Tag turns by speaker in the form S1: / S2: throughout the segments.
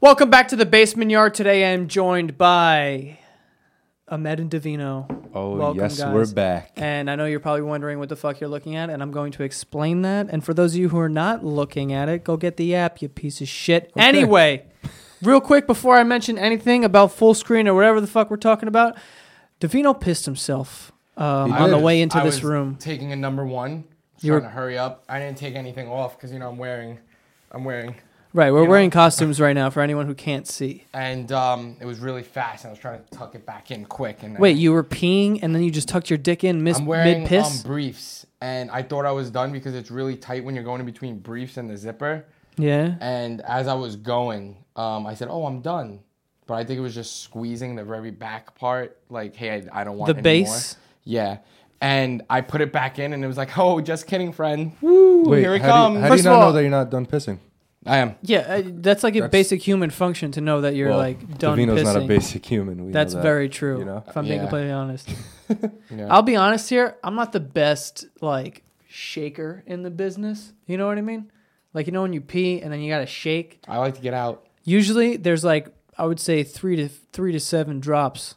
S1: Welcome back to the basement yard. Today I am joined by Ahmed and Davino.
S2: Oh
S1: Welcome,
S2: yes,
S1: guys.
S2: we're back.
S1: And I know you're probably wondering what the fuck you're looking at, and I'm going to explain that. And for those of you who are not looking at it, go get the app, you piece of shit. Anyway, real quick before I mention anything about full screen or whatever the fuck we're talking about, Davino pissed himself um,
S2: He
S1: on the
S2: did.
S1: way into
S3: I
S1: this
S3: was
S1: room.
S3: Taking a number one,
S1: You were-
S3: trying to hurry up. I didn't take anything off because you know I'm wearing, I'm wearing,
S1: Right, we're
S3: you
S1: wearing
S3: know.
S1: costumes right now for anyone who can't see.
S3: and um, it was really fast, and I was trying to tuck it back in quick. And then
S1: Wait, you were peeing and then you just tucked your dick in mis-
S3: I'm
S1: mid
S3: wearing um,
S1: piss?
S3: briefs, and I thought I was done because it's really tight when you're going in between briefs and the zipper.
S1: yeah.
S3: And as I was going, um, I said, "Oh, I'm done," but I think it was just squeezing the very back part. Like, hey, I, I don't want
S1: The
S3: any
S1: base?
S3: more." Yeah. And I put it back in, and it was like, "Oh, just kidding, friend." Woo! here it
S2: how do you- how
S3: comes.
S2: do you,
S1: First of
S2: not
S1: all-
S2: know that you're not done pissing?
S3: I am.
S1: Yeah, uh, that's like a basic human function to know that you're like done
S2: Davino's
S1: pissing.
S2: not a basic human. We know
S1: that's
S2: that,
S1: very true.
S2: You know,
S1: If I'm being
S3: Yeah.
S1: completely honest,
S3: Yeah.
S1: I'll be honest here. I'm not the best like shaker in the business. You know what I mean? Like you know when you pee and then you gotta shake.
S3: I like to get out.
S1: Usually there's like I would say three to three to seven drops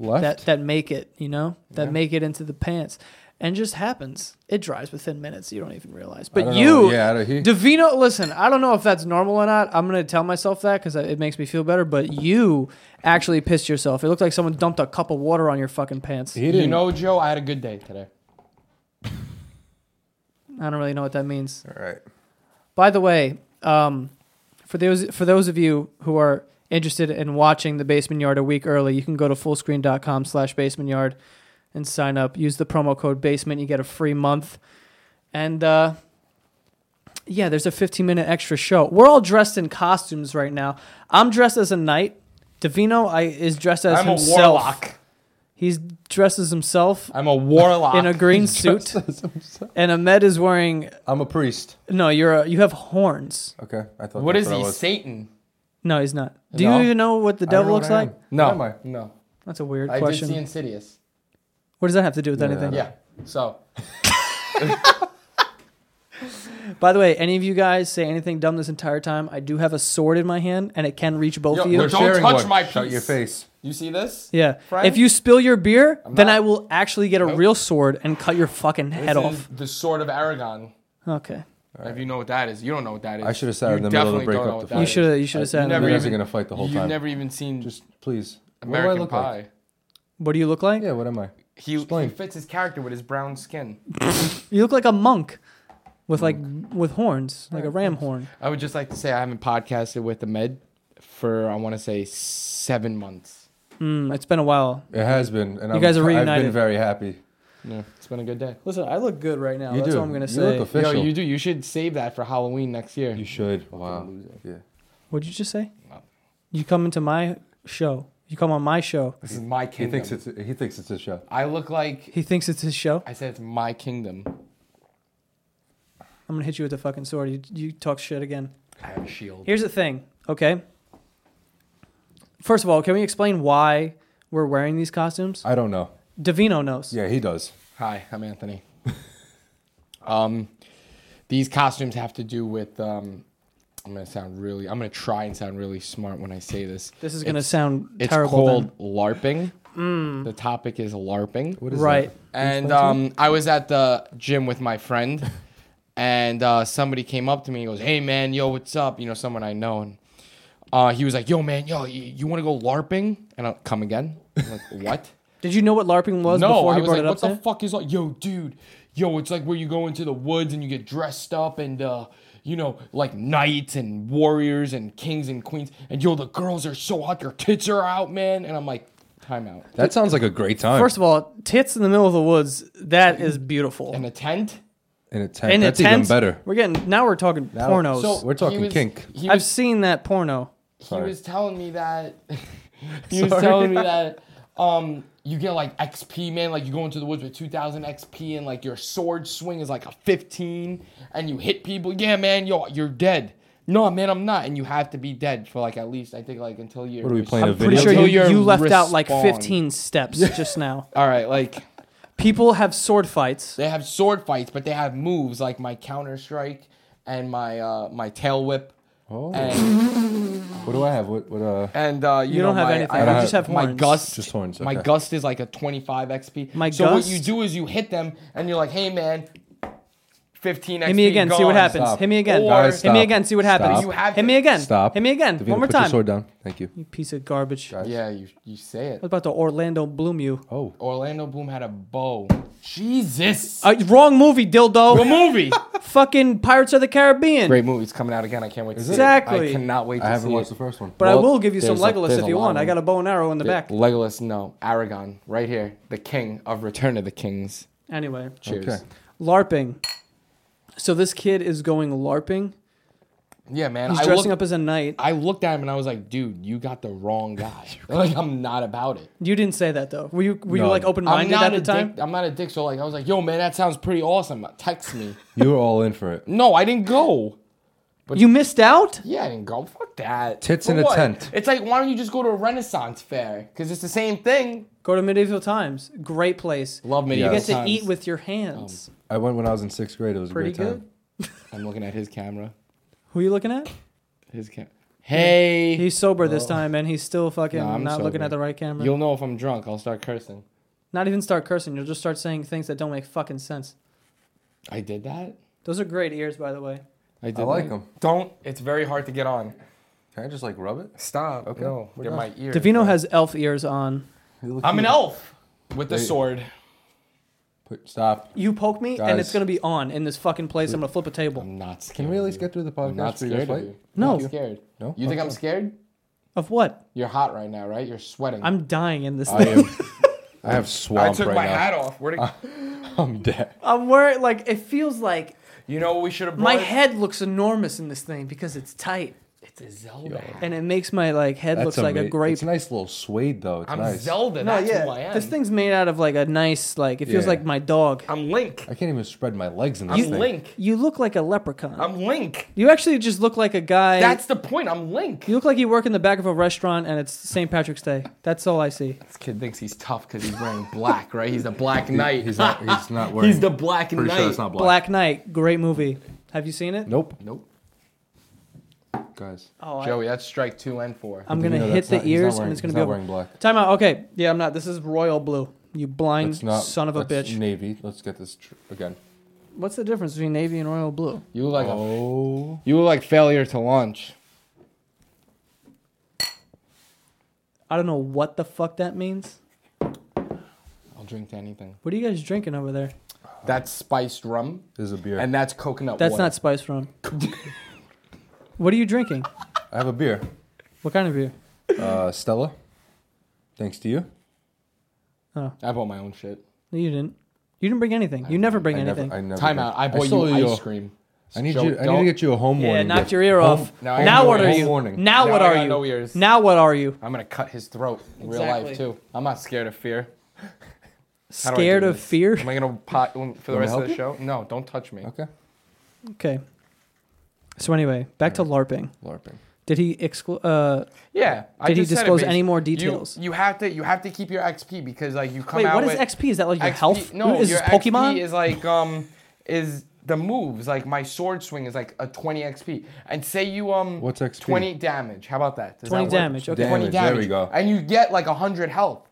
S2: left.
S1: that that make it. You know that make it into the pants. And just happens. It dries within minutes. You don't even realize.
S2: I
S1: But
S2: don't
S1: you,
S2: know. yeah, I don't- he,
S1: Davino, listen, I don't know if that's normal or not. I'm gonna tell myself that because it makes me feel better. But you actually pissed yourself. It looked like someone dumped a cup of water on your fucking pants.
S2: he didn't.
S3: You know, Joe, I had a good day today.
S1: I don't really know what that means.
S2: all right.
S1: By the way, um, for those for those of you who are interested in watching the Basement Yard a week early, you can go to fullscreen.com/slash Basement Yard and sign up. Use the promo code Basement. You get a free month. And uh, yeah, there's a 15 minute extra show. We're all dressed in costumes right now. I'm dressed as a knight. Davino I, is dressed as
S3: I'm
S1: himself.
S3: a warlock.
S1: He's dressed as himself
S3: I'm a warlock.
S1: in a green suit, and Ahmed is wearing.
S2: I'm a priest.
S1: No, you're a, you have horns.
S2: Okay, I thought.
S3: what
S2: that's
S3: is
S2: what I
S3: he?
S2: was.
S3: Satan?
S1: No, he's not. Do
S3: No?
S1: you even know what the
S2: I don't
S1: devil
S2: know
S1: looks
S2: what I am.
S1: like?
S3: No,
S2: Am I?
S3: no.
S1: That's a weird
S3: I
S1: question.
S3: did see Insidious.
S1: what does that have to do with
S2: Yeah.
S1: anything?
S3: Yeah. So
S1: By the way, any of you guys say anything dumb this entire time, I do have a sword in my hand and it can reach both
S3: Yo,
S1: of you.
S2: We're
S3: Don't
S2: sharing
S3: touch
S2: one.
S3: my
S2: Shut your
S3: piece.
S2: face.
S3: you see this?
S1: yeah.
S3: Friend?
S1: If you spill your beer, then
S3: not-
S1: I will actually get a real sword and cut your fucking
S3: This
S1: head
S3: is
S1: off.
S3: The sword of Aragon.
S1: Okay.
S3: If you know what that is, you don't know what that is.
S2: I should've sat
S3: You
S2: in the middle to
S3: definitely
S2: break
S3: don't
S2: up
S3: know
S2: the
S3: what
S2: fight.
S3: that
S1: You
S3: is.
S1: should have you should
S2: I-
S1: have said
S3: you never
S2: You
S1: that.
S2: guys are
S3: even-
S2: gonna fight the whole
S3: You've
S2: time.
S3: never even seen just
S2: Just please. what do I
S3: American
S2: look
S3: Pie.
S2: like?
S1: What do you look like?
S2: Yeah. What am I?
S3: He, he
S2: Explain.
S3: fits his character with his brown skin.
S1: You look like a monk with like with horns, like a ram horn.
S3: I would just like to say I haven't podcasted with the med for I want to say seven months.
S1: Mm, it's been a while.
S2: It has been, and I'm,
S1: guys are
S2: I've
S1: reunited.
S2: been very happy.
S3: Yeah, it's been a good day.
S1: Listen, I look good right now.
S2: You
S1: That's
S2: do.
S1: what I'm gonna
S2: You
S1: say.
S2: look
S3: Yo,
S2: official.
S3: you do. You should save that for Halloween next year.
S2: You should. Wow. Yeah.
S1: What'd you just say?
S3: No.
S1: You come into my show. You come on my show.
S3: This is my
S2: He
S3: kingdom.
S2: thinks it's he thinks it's a show.
S3: I look like.
S1: He thinks it's his show.
S3: I said it's my kingdom.
S1: I'm gonna hit you with the fucking sword. You, you talk shit again.
S3: I have a shield.
S1: Here's the thing, okay? First of all, can we explain why we're wearing these costumes?
S2: I don't know.
S1: Davino knows.
S2: Yeah, he does.
S3: Hi, I'm Anthony. um, these costumes have to do with. Um, I'm gonna sound really. I'm gonna try and sound really smart when I say this.
S1: This is gonna
S3: It's-
S1: sound
S3: It's
S1: terrible. then. Mm.
S3: called LARPing. The topic is LARPing.
S2: What is
S1: right.
S2: That?
S3: And um, I was at the gym with my friend, and uh, somebody came up to me and goes, "Hey man, yo, what's up?" You know, someone I know, and uh, he was like, "Yo man, yo, you, you want to go LARPing?" And I'll come again. I'm like, what?
S1: Did you know what LARPing was
S3: no,
S1: before
S3: I
S1: he
S3: was
S1: brought
S3: like,
S1: it up
S3: "What
S1: to
S3: the
S1: you?
S3: fuck is like, yo, dude, yo, it's like where you go into the woods and you get dressed up and uh, you know, like knights and warriors and kings and queens, and yo, the girls are so hot, their tits are out, man." And I'm like, time out.
S2: That sounds like a great time.
S1: First of all, tits in the middle of the woods, that is beautiful.
S3: In a tent.
S2: in a tent.
S1: In
S2: That's
S1: a tent,
S2: even better.
S1: We're getting now we're talking
S2: Now-
S1: pornos.
S2: So- We're
S3: he
S2: talking
S3: was-
S2: kink.
S3: He
S1: I've
S3: was
S1: seen that porno.
S3: he
S2: Sorry.
S3: was telling me that he was
S2: Sorry.
S3: telling me that um you get like XP man like you go into the woods with 2000 XP and like your sword swing is like a 15 and you hit people yeah man yo you're dead no man I'm not and you have to be dead for like at least I think like until you're
S2: What are we playing, a
S1: I'm pretty
S2: video
S1: sure
S2: game?
S1: you,
S3: Until you're
S1: you left out like
S3: respawned.
S1: 15 steps just now.
S3: all right like
S1: People have sword fights.
S3: they have sword fights but they have moves like my counter strike and my uh my tail whip
S2: Oh,
S3: And,
S2: what do I have? What? What? Uh,
S3: and uh, you,
S1: You don't
S3: know,
S1: have
S3: my,
S1: anything.
S3: I
S1: You
S3: have-
S1: just have
S3: my
S1: horns.
S3: gust.
S2: Just horns,
S3: My
S2: okay.
S3: gust is like a 25 XP.
S1: My
S3: so
S1: gust?
S3: what you do is you hit them and you're like, hey man, 15 XP.
S1: Hit me again. See
S3: gone.
S1: what happens.
S2: Stop.
S1: Hit me again.
S3: Or-
S2: Guys,
S1: Hit me
S2: stop.
S1: again. See what happens.
S2: Stop. You
S3: have
S1: Hit
S3: to-
S1: me again.
S2: stop.
S1: Hit me again.
S2: Davina,
S1: One more
S2: put
S1: time.
S2: Your sword down. Thank you.
S1: You piece of garbage. I was
S3: Yeah, you you say it.
S1: about to Orlando Bloom you.
S2: Oh,
S3: Orlando Bloom had a bow. Jesus.
S1: Uh, wrong movie,
S3: the
S1: dildo.
S3: movie.
S1: Fucking Pirates of the Caribbean.
S3: Great movie. It's coming out again. I can't wait to see it.
S1: Exactly.
S3: I cannot wait to
S2: I haven't
S3: see
S2: watched
S3: it.
S2: the first one.
S1: But I
S3: Well,
S1: will give you some
S3: there's a-
S1: Legolas
S3: there's
S1: if
S3: a
S1: you
S3: lot
S1: want.
S3: of
S1: I got a bow and arrow in the back.
S3: Legolas, no. Aragon, right here. The king of Return of the Kings.
S1: Anyway,
S3: Cheers.
S2: Okay.
S1: LARPing. So this kid is going LARPing.
S3: Yeah, man.
S1: He's
S3: I
S1: dressing
S3: looked,
S1: up as a knight.
S3: I looked at him and I was like, dude, you got the wrong guy. like, I'm not about it.
S1: You didn't say that though. Were you were you
S2: No.
S1: like open
S3: I'm
S1: minded
S3: not
S1: at
S3: a
S1: the time?
S3: dick. I'm not a dick. So like, I was like, yo, man, that sounds pretty awesome. Text me.
S2: You were all in for it.
S3: no, I didn't go.
S1: You missed out?
S3: Yeah, I didn't go. Fuck that.
S2: Tits
S3: For
S2: in a
S3: what?
S2: tent.
S3: It's like, why don't you just go to a Renaissance fair? Because it's the same thing.
S1: Go to medieval times. Great place.
S3: Love
S1: You
S3: medieval
S1: get to
S3: times.
S1: eat with your hands.
S2: I went when I was in sixth grade. It was a
S1: Pretty
S2: great time.
S1: good.
S3: I'm looking at his camera.
S1: Who are you looking at?
S3: His camera. Hey.
S1: He's sober this time, and he's still fucking
S3: No, I'm
S1: not looking
S3: sober.
S1: at the right camera.
S3: You'll know if I'm drunk. I'll start cursing.
S1: Not even start cursing. You'll just start saying things that don't make fucking sense.
S3: I did that.
S1: Those are great ears, by the way.
S3: did
S2: I like
S3: that?
S2: them.
S3: Don't. It's very hard to get on.
S2: Can I just like rub it?
S3: Stop. Okay. No,
S2: we're
S3: they're
S2: done.
S3: my ears.
S1: Davino has elf ears on.
S2: You look
S3: I'm an
S2: cute.
S3: elf with a
S2: Wait.
S3: sword.
S2: Put, stop.
S1: You poke me, and
S2: Guys.
S1: it's gonna be on in this fucking place. I'm gonna flip a table.
S3: I'm not scared.
S2: Can we at
S3: of
S2: least
S3: you.
S2: get through the
S3: I'm not
S2: podcast for your
S3: scared of
S2: fight?
S3: you.
S1: No.
S3: I'm not scared.
S2: No?
S3: You think I'm
S2: Okay.
S3: scared?
S1: Of what?
S3: You're hot right now, right? You're sweating.
S1: I'm dying in this
S2: I
S1: thing.
S2: am. I have
S3: I
S2: swamp
S3: took
S2: right
S3: my
S2: now.
S3: hat off. Where to,
S2: I'm dead.
S1: I'm wearing like it feels like
S3: you know what we should have
S1: my
S3: brought?
S1: head looks enormous in this thing because it's tight,
S3: It's a Zelda. hat.
S1: and it makes my like head looks like a
S2: ama-
S1: grape.
S2: It's a nice little suede though. It's
S3: I'm
S2: nice.
S3: Zelda.
S1: no,
S3: That's who I
S1: yeah,
S3: am.
S1: this thing's made out of like a nice like it feels
S2: Yeah.
S1: like my dog.
S3: I'm Link.
S2: I can't even spread my legs in this
S3: I'm
S2: thing.
S3: Link.
S1: You look like a leprechaun.
S3: I'm Link.
S1: you actually just look like a guy.
S3: That's the point. I'm Link.
S1: You look like you work in the back of a restaurant and it's St. Patrick's Day. That's all I see.
S3: This kid thinks he's tough because he's wearing black, right? He's the Black Knight.
S2: He's not. He's not wearing.
S3: He's the Black
S2: Pretty
S3: Knight.
S2: sure it's not black.
S1: Black Knight, great movie. Have you seen it?
S2: Nope.
S3: Nope.
S2: Guys.
S1: Oh, I-
S3: Joey, that's strike two and four.
S1: I'm gonna
S2: You know,
S1: hit
S2: that's
S1: the
S2: not- he's not
S1: ears
S2: wearing-
S1: and it's gonna
S2: he's
S1: be
S2: not
S1: over.
S2: wearing black.
S1: Time out. Okay. Yeah, I'm not. This is royal blue. You blind
S2: It's not.
S1: son of a
S2: that's
S1: bitch.
S2: Navy. Let's get this tr- again.
S1: What's the difference between navy and royal blue?
S3: you look like a,
S2: Oh.
S3: you look like failure to launch.
S1: I don't know what the fuck that means.
S3: I'll drink to anything.
S1: What are you guys drinking over there?
S3: That's spiced rum,
S2: This is a beer.
S3: and that's coconut.
S1: That's
S3: water.
S1: not spice rum. what are you drinking?
S2: I have a beer.
S1: What kind of beer?
S2: Uh, Stella. Thanks to you.
S3: I bought my own shit.
S1: No, you didn't. You didn't bring anything. You never bring
S2: I
S1: anything.
S2: Never, I never.
S3: Time
S2: did.
S3: out. I bought
S2: stole
S3: you
S2: your-
S3: ice cream.
S2: I need
S3: Joe,
S2: you. I need to
S3: don't-
S2: get you a home
S1: yeah,
S2: warning.
S1: knock
S2: gift.
S1: your ear
S2: Home-
S1: off. Now,
S3: Now I have
S1: what
S3: no
S1: are
S3: ears.
S1: you?
S2: Warning.
S1: Now,
S3: Now
S1: what
S3: I
S1: are
S3: got
S1: you?
S3: no ears.
S1: Now what are you?
S3: I'm gonna cut his throat in real
S1: Exactly.
S3: life too. I'm not scared of fear. How do I do
S1: Scared of
S3: this?
S1: fear?
S3: Am I gonna pot for the
S2: me
S3: rest
S2: help
S3: of the
S2: you?
S3: show? No, don't touch me.
S2: Okay.
S1: Okay. So anyway, back to LARPing.
S2: LARPing.
S1: Did he exclude? Uh,
S3: Yeah. I
S1: Did he
S3: just said it,
S1: disclose
S3: basi-
S1: any more
S3: You-
S1: details?
S3: You, have to. You have to keep your XP because like you come
S1: wait,
S3: out.
S1: what is
S3: with,
S1: XP? Is that like your
S3: XP
S1: health?
S3: No,
S1: is
S3: your
S1: this Pokemon?
S3: XP is like um is the moves like my sword swing is like a 20 XP and say you um
S2: What's XP?
S3: 20 damage. How about that? Does
S1: 20
S3: that work?
S1: damage. Okay.
S2: Damn.
S3: 20
S2: Damage, there
S3: damage.
S2: we go.
S3: And you get like 100 health.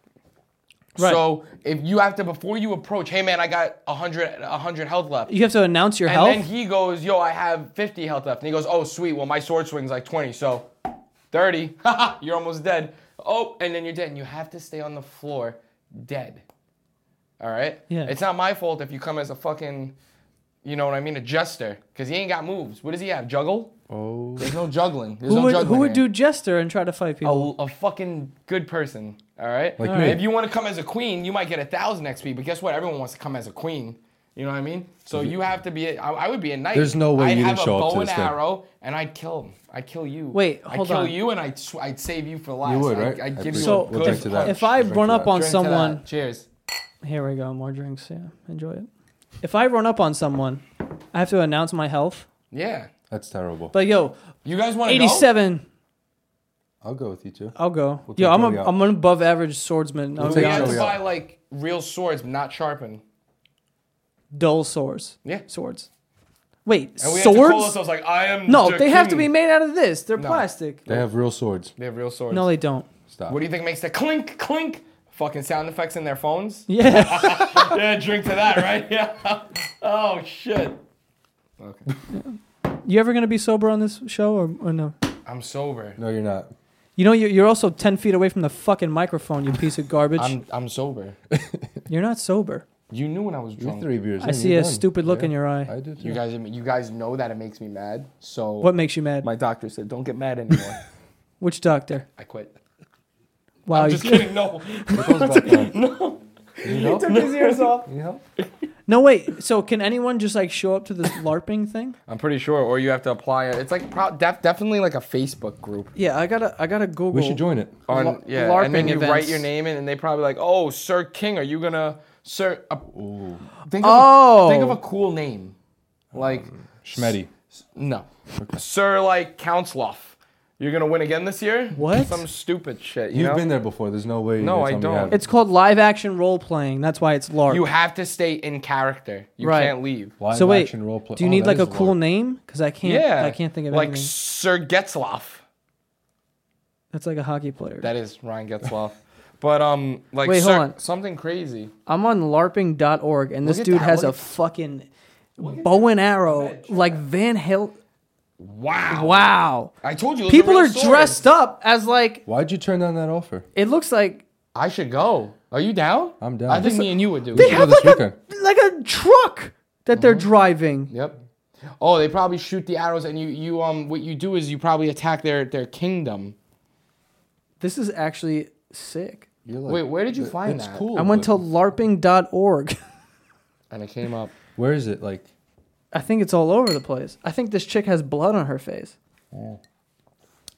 S1: Right.
S3: So if you have to before you approach, hey man, I got 100 100 health left.
S1: You have to announce your
S3: and
S1: health.
S3: then he goes, "Yo, I have 50 health left." And he goes, "Oh, sweet. Well, my sword swing's like 20, so 30. you're almost dead. Oh, and then you're dead. And you have to stay on the floor dead. All right?
S1: Yeah.
S3: It's not my fault if you come as a fucking, you know what I mean, a jester, because he ain't got moves. What does he have? Juggle?
S2: Oh.
S3: There's no juggling. There's
S1: who
S3: no
S1: would,
S3: juggling.
S1: who would
S3: here.
S1: do Jester and try to fight people?
S3: a, a fucking good person? All right.
S2: Like All me. right.
S3: If you want to come as a queen, you might get a thousand XP. But guess what? Everyone wants to come as a queen. You know what I mean? So you have to be. A, I, I would be a knight.
S2: There's no way
S3: I'd
S2: you
S3: have
S2: didn't show
S3: a
S2: up
S3: bow
S2: to
S3: and
S2: this thing.
S3: arrow, and I'd kill him. I'd kill you.
S1: Wait, hold
S3: I'd kill
S1: on.
S3: you, and I'd sw- I'd save you for last.
S2: would,
S3: I'd-
S2: right?
S3: I'd,
S2: I
S3: give you
S2: appreciate
S1: so
S3: a
S2: We'll
S3: good
S2: drink to that.
S3: punch.
S1: if I
S2: Drink
S1: run
S2: to
S1: up
S2: that.
S1: on
S3: Drink to
S1: someone,
S3: that. cheers. Oh.
S1: here we go, more drinks. Yeah, enjoy it. If I run up on someone, I have to announce my health.
S3: Yeah.
S2: That's terrible.
S1: Like, yo,
S3: You guys want to go?
S1: 87.
S2: I'll go with you too.
S1: I'll go.
S2: We'll
S1: yo,
S2: take
S1: I'm a,
S2: Joey out.
S1: I'm an above average swordsman. I'm gonna
S2: We'll take
S1: be
S3: We have
S2: Joey
S1: honest.
S3: to
S2: out.
S3: buy like real swords, not sharpened.
S1: Dull swords.
S3: Yeah.
S1: Swords. Wait,
S3: And we Have to call
S1: swords?
S3: ourselves like I am.
S1: No,
S3: the
S1: they have to
S3: king.
S1: be made out of this. They're plastic.
S2: They have real swords.
S3: They have real swords.
S1: No, they don't.
S2: Stop.
S3: what do you think makes the clink clink fucking sound effects in their phones?
S1: Yeah.
S3: yeah, drink to that, right? Yeah. oh shit. Okay.
S1: you ever gonna be sober on this show or, or no?
S3: I'm sober.
S2: no, you're not.
S1: You know, you're, you're also ten feet away from the fucking microphone. You piece of garbage.
S3: I'm I'm sober.
S1: you're not sober.
S3: You knew when I was
S2: You're
S3: drunk.
S2: three beers.
S1: I see a stupid look in your eye.
S2: I do too.
S3: You guys you guys know that it makes me mad. So
S1: what makes you mad?
S3: my doctor said, don't get mad anymore.
S1: Which doctor?
S3: I quit.
S1: Wow.
S3: I'm
S1: Oh, You,
S3: just kidding. No.
S2: It goes back on. You know?
S3: his ears off.
S2: You know?
S1: no, wait. So can anyone just like show up to this LARPing thing?
S3: I'm pretty sure. Or you have to apply it. It's like pro- def- definitely like a Facebook group.
S1: Yeah, I gotta, I gotta Google.
S2: We should join it.
S3: On,
S1: Lar-
S3: yeah, and
S1: LARPing
S3: then you write
S1: events.
S3: your name in, and they probably like, oh, Sir King, are you gonna Sir? Uh, think of
S1: Oh.
S3: a, think of a cool name, like
S2: Schmetty.
S3: no, Mm. Sir like Counseloff. You're gonna win again this year?
S1: What?
S3: Some stupid shit. You
S2: You've
S3: know?
S2: been there before. There's no way. you're
S3: No,
S2: gonna
S3: I
S2: tell me
S3: don't.
S2: you haven't.
S1: It's called live action role playing. That's why it's LARP.
S3: You have to stay in character. You
S1: Right.
S3: can't leave.
S2: Live
S1: so wait,
S2: action role play.
S1: do you
S2: Oh,
S1: need
S2: that
S1: like a
S2: is
S1: cool
S2: larp.
S1: name? Because I can't,
S3: Yeah,
S1: I can't think of
S3: like
S1: anything.
S3: Sir Getzloff.
S1: That's like a hockey player.
S3: That is Ryan Getzloff. but um, like
S1: Wait,
S3: Sir,
S1: hold on.
S3: something crazy.
S1: I'm on larping.org and this
S3: Look at
S1: dude
S3: that,
S1: has
S3: look
S1: a
S3: at-
S1: fucking bow and arrow like Van Halen.
S3: Wow.
S1: Wow.
S3: I told you. those
S1: People
S3: real
S1: are
S3: swords.
S1: dressed up as like
S2: Why'd you turn down that offer?
S1: it looks like
S3: I should go. Are you down?
S2: I'm down.
S3: I think me and you would do. Mm-hmm.
S1: they
S2: should go
S1: have
S2: this
S1: like a,
S2: weekend.
S1: like a truck that they're driving.
S3: Yep. Oh, they probably shoot the arrows, and you you um what you do is you probably attack their their kingdom.
S1: This is actually sick.
S2: You're like-
S3: Wait, where did you find
S2: it's
S3: that?
S2: cool.
S1: I went to
S2: but
S1: larping.org.
S3: And it came up.
S2: Where is it? Like,
S1: I think it's all over the place. I think this chick has blood on her face.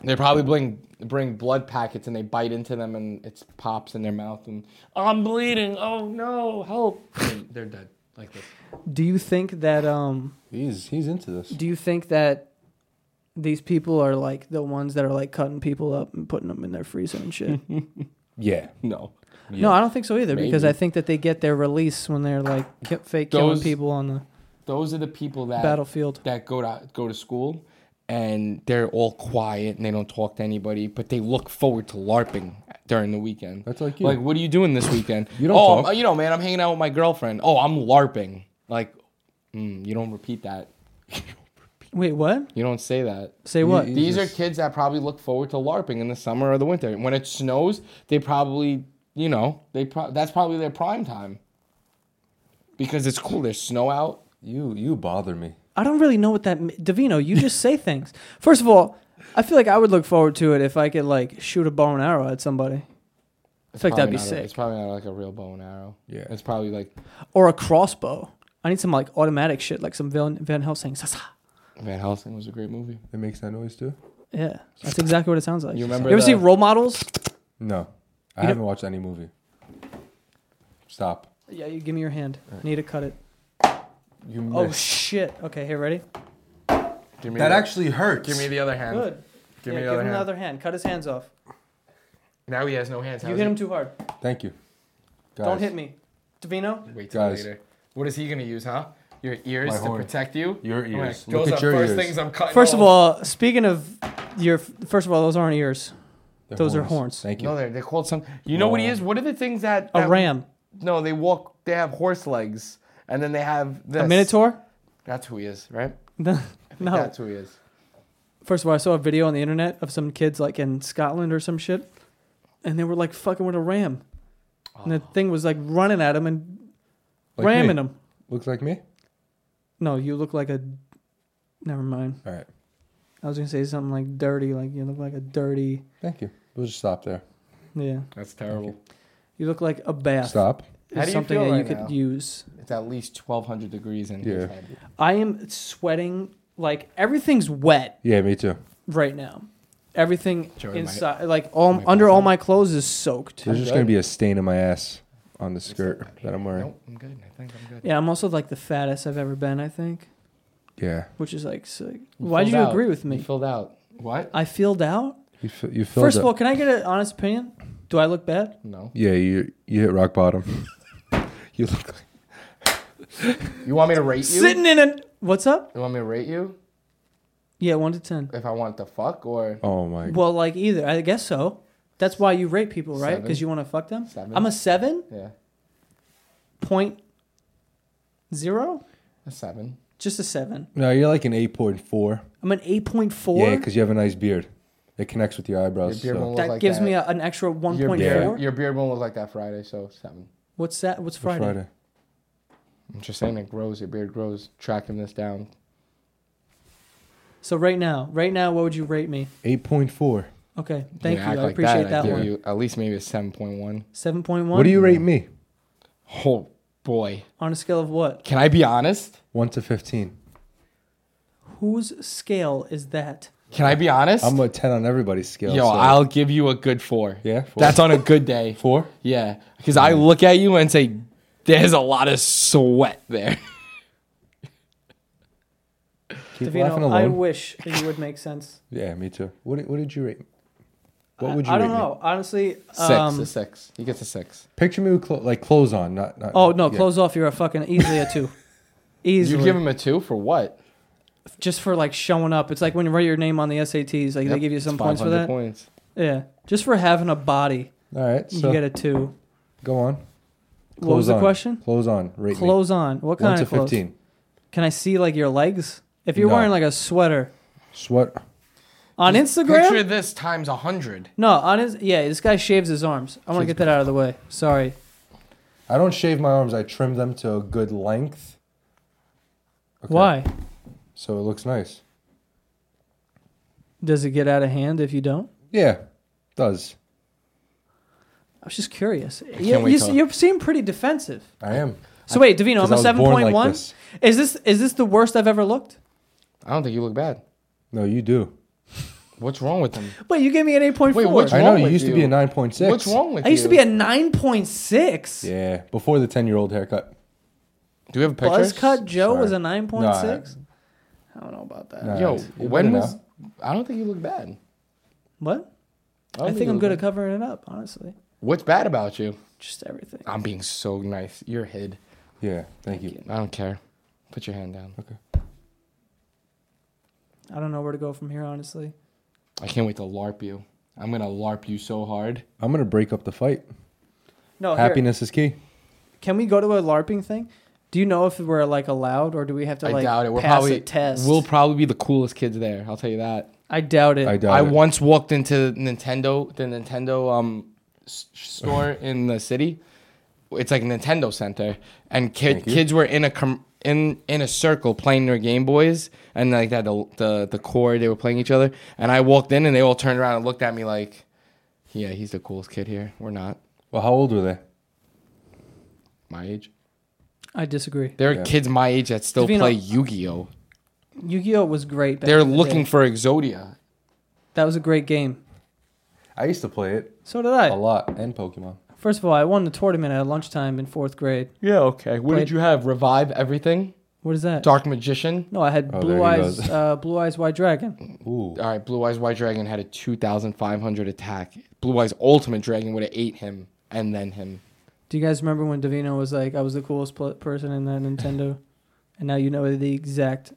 S3: They probably bring bring blood packets, and they bite into them, and it pops in their mouth, and I'm bleeding. Oh no, help! And they're dead like this.
S1: Do you think that um
S2: he's he's into this.
S1: do you think that these people are like the ones that are like cutting people up and putting them in their freezer and shit?
S2: Yeah.
S3: No.
S1: No, I don't think so either because
S3: Maybe.
S1: I think that they get their release when they're like ki- fake killing
S3: Those-
S1: people on the
S3: Those are the people that
S1: battlefield.
S3: that go to go to school and they're all quiet and they don't talk to anybody, but they look forward to LARPing during the weekend.
S2: That's like you.
S3: Like, what are you doing this weekend?
S2: You don't
S3: Oh,
S2: talk.
S3: I'm- you know, man, I'm hanging out with my girlfriend. Oh, I'm LARPing. Like, mm, you don't repeat that.
S1: Wait, what?
S3: You don't say that.
S1: Say what?
S2: you-
S3: These are
S2: Jesus.
S3: kids that probably look forward to LARPing in the summer or the winter. When it snows, they probably, you know, they pro- that's probably their prime time because it's cool. There's snow out.
S2: You you bother me.
S1: I don't really know what that. Me- Davino, you just say things. First of all, I feel like I would look forward to it if I could like shoot a bow and arrow at somebody. I feel like that'd be
S3: Probably not a-
S1: sick.
S3: it's probably not like a real bow and arrow.
S2: Yeah.
S3: It's probably like
S1: Or a crossbow. I need some like automatic shit, like some Van, Van Helsing. Sa-sa.
S3: Van Helsing was a great movie.
S2: It makes that noise too.
S1: Yeah, that's exactly what it sounds like.
S3: You remember
S1: You ever
S3: the-
S1: see role models?
S2: No, I
S1: You
S2: haven't watched any movie. Stop.
S1: Yeah, you give me your hand. I need to cut it.
S2: You
S1: Oh
S2: missed.
S1: shit. Okay, here, ready?
S3: Give me
S2: that
S3: the,
S2: actually hurts.
S3: Give me the other hand.
S1: Good.
S3: Give
S1: yeah,
S3: me the
S1: give
S3: other
S1: him
S3: hand.
S1: the other hand. Cut his hands off.
S3: Now he has no hands.
S1: you
S3: How's
S1: hit
S3: he-
S1: him too hard.
S2: Thank you. Guys,
S1: Don't hit me. Davino?
S3: Wait till
S2: Guys.
S3: later. What is he gonna use, huh? Your ears
S2: My
S3: to
S2: horn.
S3: protect you.
S2: Your
S3: I'm like,
S2: ears. Look
S3: Those
S2: at
S3: are
S2: your
S3: first
S2: ears.
S3: things I'm cutting.
S1: First of
S3: off.
S1: all, speaking of your, first of all, those aren't ears.
S2: They're
S1: Those are horns.
S2: Thank you.
S3: no, they're they're called some. You know what he
S2: No.
S3: is? What are the things that,
S1: A
S3: that-
S1: ram,
S3: No, they walk. They have horse legs, and then they have this.
S1: a minotaur.
S3: That's who he is, right?
S1: No, no.
S3: That's who he is.
S1: First of all, I saw a video on the internet of some kids like in Scotland or some shit, and they were like fucking with a ram, and the thing was like running at him and
S2: Like
S1: ramming
S2: me.
S1: him.
S2: Looks like me.
S1: No, you look like a. Never mind.
S2: All right.
S1: I was gonna say something like dirty, like you look like a dirty.
S2: Thank you. We'll just stop there.
S1: Yeah,
S3: That's terrible.
S1: you look like a bath.
S2: Stop.
S1: Is
S3: How do you
S1: something
S3: feel
S1: that you
S3: right
S1: could
S3: now?
S1: use.
S3: It's at least 1,200 degrees in his
S2: Yeah.
S3: head.
S1: I am sweating like everything's wet.
S2: Yeah, me too.
S1: right now. Everything
S3: Joey, my-
S1: inside, like all under all my clothes, is soaked.
S2: There's just
S3: good.
S2: gonna be a stain on my ass on the skirt that I'm wearing.
S3: Nope, I'm good. I think I'm good.
S1: Yeah, I'm also like the fattest I've ever been. I think,
S2: Yeah.
S1: which is like sick. Why did
S3: Filled
S1: you
S3: out.
S1: agree with
S3: You
S1: me?
S3: filled out. What?
S1: I filled out.
S2: You f- you filled
S1: First
S2: it.
S1: of all, can I get an honest opinion? Do I look bad?
S3: No.
S2: Yeah, you you hit rock bottom. you look like
S3: You want me to rate you?
S1: Sitting in a What's up?
S3: You want me to rate you
S1: Yeah, one to ten.
S3: if I want to fuck or
S2: Oh my. god.
S1: Well, like either. I guess so. That's why you rate people, right?
S3: Seven.
S1: Because you want to fuck them.
S3: Seven.
S1: I'm a seven
S3: yeah,
S1: point zero.
S3: a seven.
S1: Just a seven.
S2: no, you're like an eight point four.
S1: I'm an eight point four.
S2: Yeah, because you have a nice beard. It connects with your eyebrows.
S3: Your beard
S2: so-
S3: won't look
S1: that
S3: like
S1: gives
S3: that.
S1: me a, an extra one
S3: Your
S1: point
S3: beard,
S1: four.
S3: your beard won't look like that Friday, so seven.
S1: What's that? What's
S2: Friday.
S1: Friday?
S3: I'm just saying it grows. Your beard grows. Tracking this down.
S1: So right now, right now, what would you rate me?
S2: Eight point four.
S1: Okay, thank
S3: Yeah,
S1: you.
S3: act
S1: I
S3: like
S1: appreciate
S3: I
S1: that,
S3: give
S1: one.
S3: You at least maybe a seven point one.
S1: Seven point one.
S2: What do you rate me?
S3: Oh boy,
S1: on a scale of what?
S3: can I be honest?
S2: One to fifteen.
S1: Whose scale is that?
S3: Can I be honest?
S2: I'm a ten on everybody's scale.
S3: Yo,
S2: so-
S3: I'll give you a good four.
S2: Yeah, four.
S3: that's on a good day.
S2: four.
S3: Yeah, because I look at you and say, "There's a lot of sweat there."
S2: Keep laughing
S1: Davino,
S2: alone.
S1: I wish that you would make sense.
S2: yeah, me too. What, did- what did you rate? me? What would you
S1: I
S2: rate
S1: don't
S2: me?
S1: know. Honestly,
S3: Six,
S1: um,
S3: a six. He gets a six.
S2: Picture me with clo- like clothes on, not. not
S1: oh no,
S2: yeah.
S1: close off. You're a fucking easily a two. Easily.
S3: You give him a two for what?
S1: just for like showing up. It's like when you write your name on the SATs, like they
S3: Yep,
S1: give you
S3: it's
S1: some points for
S3: 500
S1: that.
S3: Points.
S1: Yeah, just for having a body,
S2: All right, so
S1: you get a two.
S2: go on.
S1: What was
S2: Clothes
S1: the
S2: on.
S1: question?
S2: Clothes on. Rate
S1: Clothes on. What
S2: me. One
S1: kind
S2: to
S1: of clothes?
S2: fifteen.
S1: Can I see like your legs? If you're
S2: No.
S1: wearing like a sweater
S2: Sweat.
S1: on Instagram,
S3: Picture this times a hundred.
S1: no, on his yeah, this guy shaves his arms. I want to get that out of the way. Sorry.
S2: I don't shave my arms. I trim them to a good length. Okay,
S1: Why
S2: So it looks nice.
S1: does it get out of hand if you don't?
S2: Yeah, does.
S1: I was just curious.
S3: can't
S1: You,
S3: wait
S1: you,
S3: till-
S1: you seem pretty defensive.
S2: I am.
S1: So wait, Davino,
S2: 'Cause
S1: I'm
S2: I
S1: a
S2: was
S1: seven
S2: born
S1: point
S2: like
S1: one.
S2: this.
S1: Is this is this the worst I've ever looked?
S3: I don't think you look bad.
S2: No, you do.
S3: What's wrong with him?
S1: Wait, you gave me an eight point
S3: Wait,
S1: four.
S3: what's
S2: I
S3: wrong
S2: know. You
S3: with
S2: used to be
S3: you?
S2: a nine point six.
S3: What's wrong with
S1: I
S3: you?
S1: used to be a 9.6.
S2: Yeah, before the ten-year-old haircut.
S3: Do we have
S1: Buzz
S3: pictures?
S1: cut Joe
S2: Sorry.
S1: was a 9.6. I don't know about that.
S2: Nah,
S3: Yo,
S2: it's- you
S3: when
S2: better
S3: was?
S2: now.
S3: I don't think you look bad.
S1: What?
S3: don't
S1: I, think
S3: you
S1: I'm
S3: look
S1: good
S3: bad.
S1: at covering it up, honestly.
S3: What's bad about you?
S1: Just everything.
S3: I'm being so nice. You're hid.
S2: Yeah. Thank you.
S3: I don't care. Put your hand down.
S1: I don't know where to go from here, honestly.
S3: I can't wait to LARP you. I'm gonna LARP you so hard.
S2: I'm gonna break up the fight.
S1: No, happiness.
S2: Happiness is key.
S1: Can we go to a LARPing thing? Do you know if we're like allowed or do we have to
S3: I
S1: like
S3: doubt it. We're
S1: pass
S3: probably
S1: a test?
S3: We'll probably be the coolest kids there. I'll tell you that.
S1: I doubt it.
S2: I doubt
S3: I
S2: it.
S3: once walked into Nintendo, the Nintendo um s- store in the city. It's like a Nintendo Center, and kid,
S2: Thank you.
S3: kids were in a com- in in a circle playing their Game Boys, and like that the, the the core they were playing each other. And I walked in, and they all turned around and looked at me like, "Yeah, he's the coolest kid here. We're not
S2: Well, how old were they?
S3: my age.
S1: I disagree.
S3: There are
S2: Yeah.
S3: kids my age that still
S1: Davina-
S3: play Yu Gi Oh.
S1: Yu Gi Oh! was great. Back
S3: They're
S1: in the day.
S3: looking for Exodia.
S1: That was a great game.
S2: I used to play it
S1: So did I.
S2: a lot and Pokemon.
S1: First of all, I won the tournament at lunchtime in fourth grade.
S3: Yeah, okay. What
S1: Played-
S3: did you have? Revive everything.
S1: What is that?
S3: Dark Magician.
S1: No, I had
S2: Oh, there
S1: Blue
S2: he
S1: Eyes,
S2: goes.
S1: uh, Blue Eyes White Dragon.
S2: Ooh.
S3: All right, Blue Eyes White Dragon had a 2,500 attack. Blue Eyes Ultimate Dragon would have ate him and then him.
S1: Do you guys remember when Davino was like, "I was the coolest pl- person in that Nintendo," and now you know the exact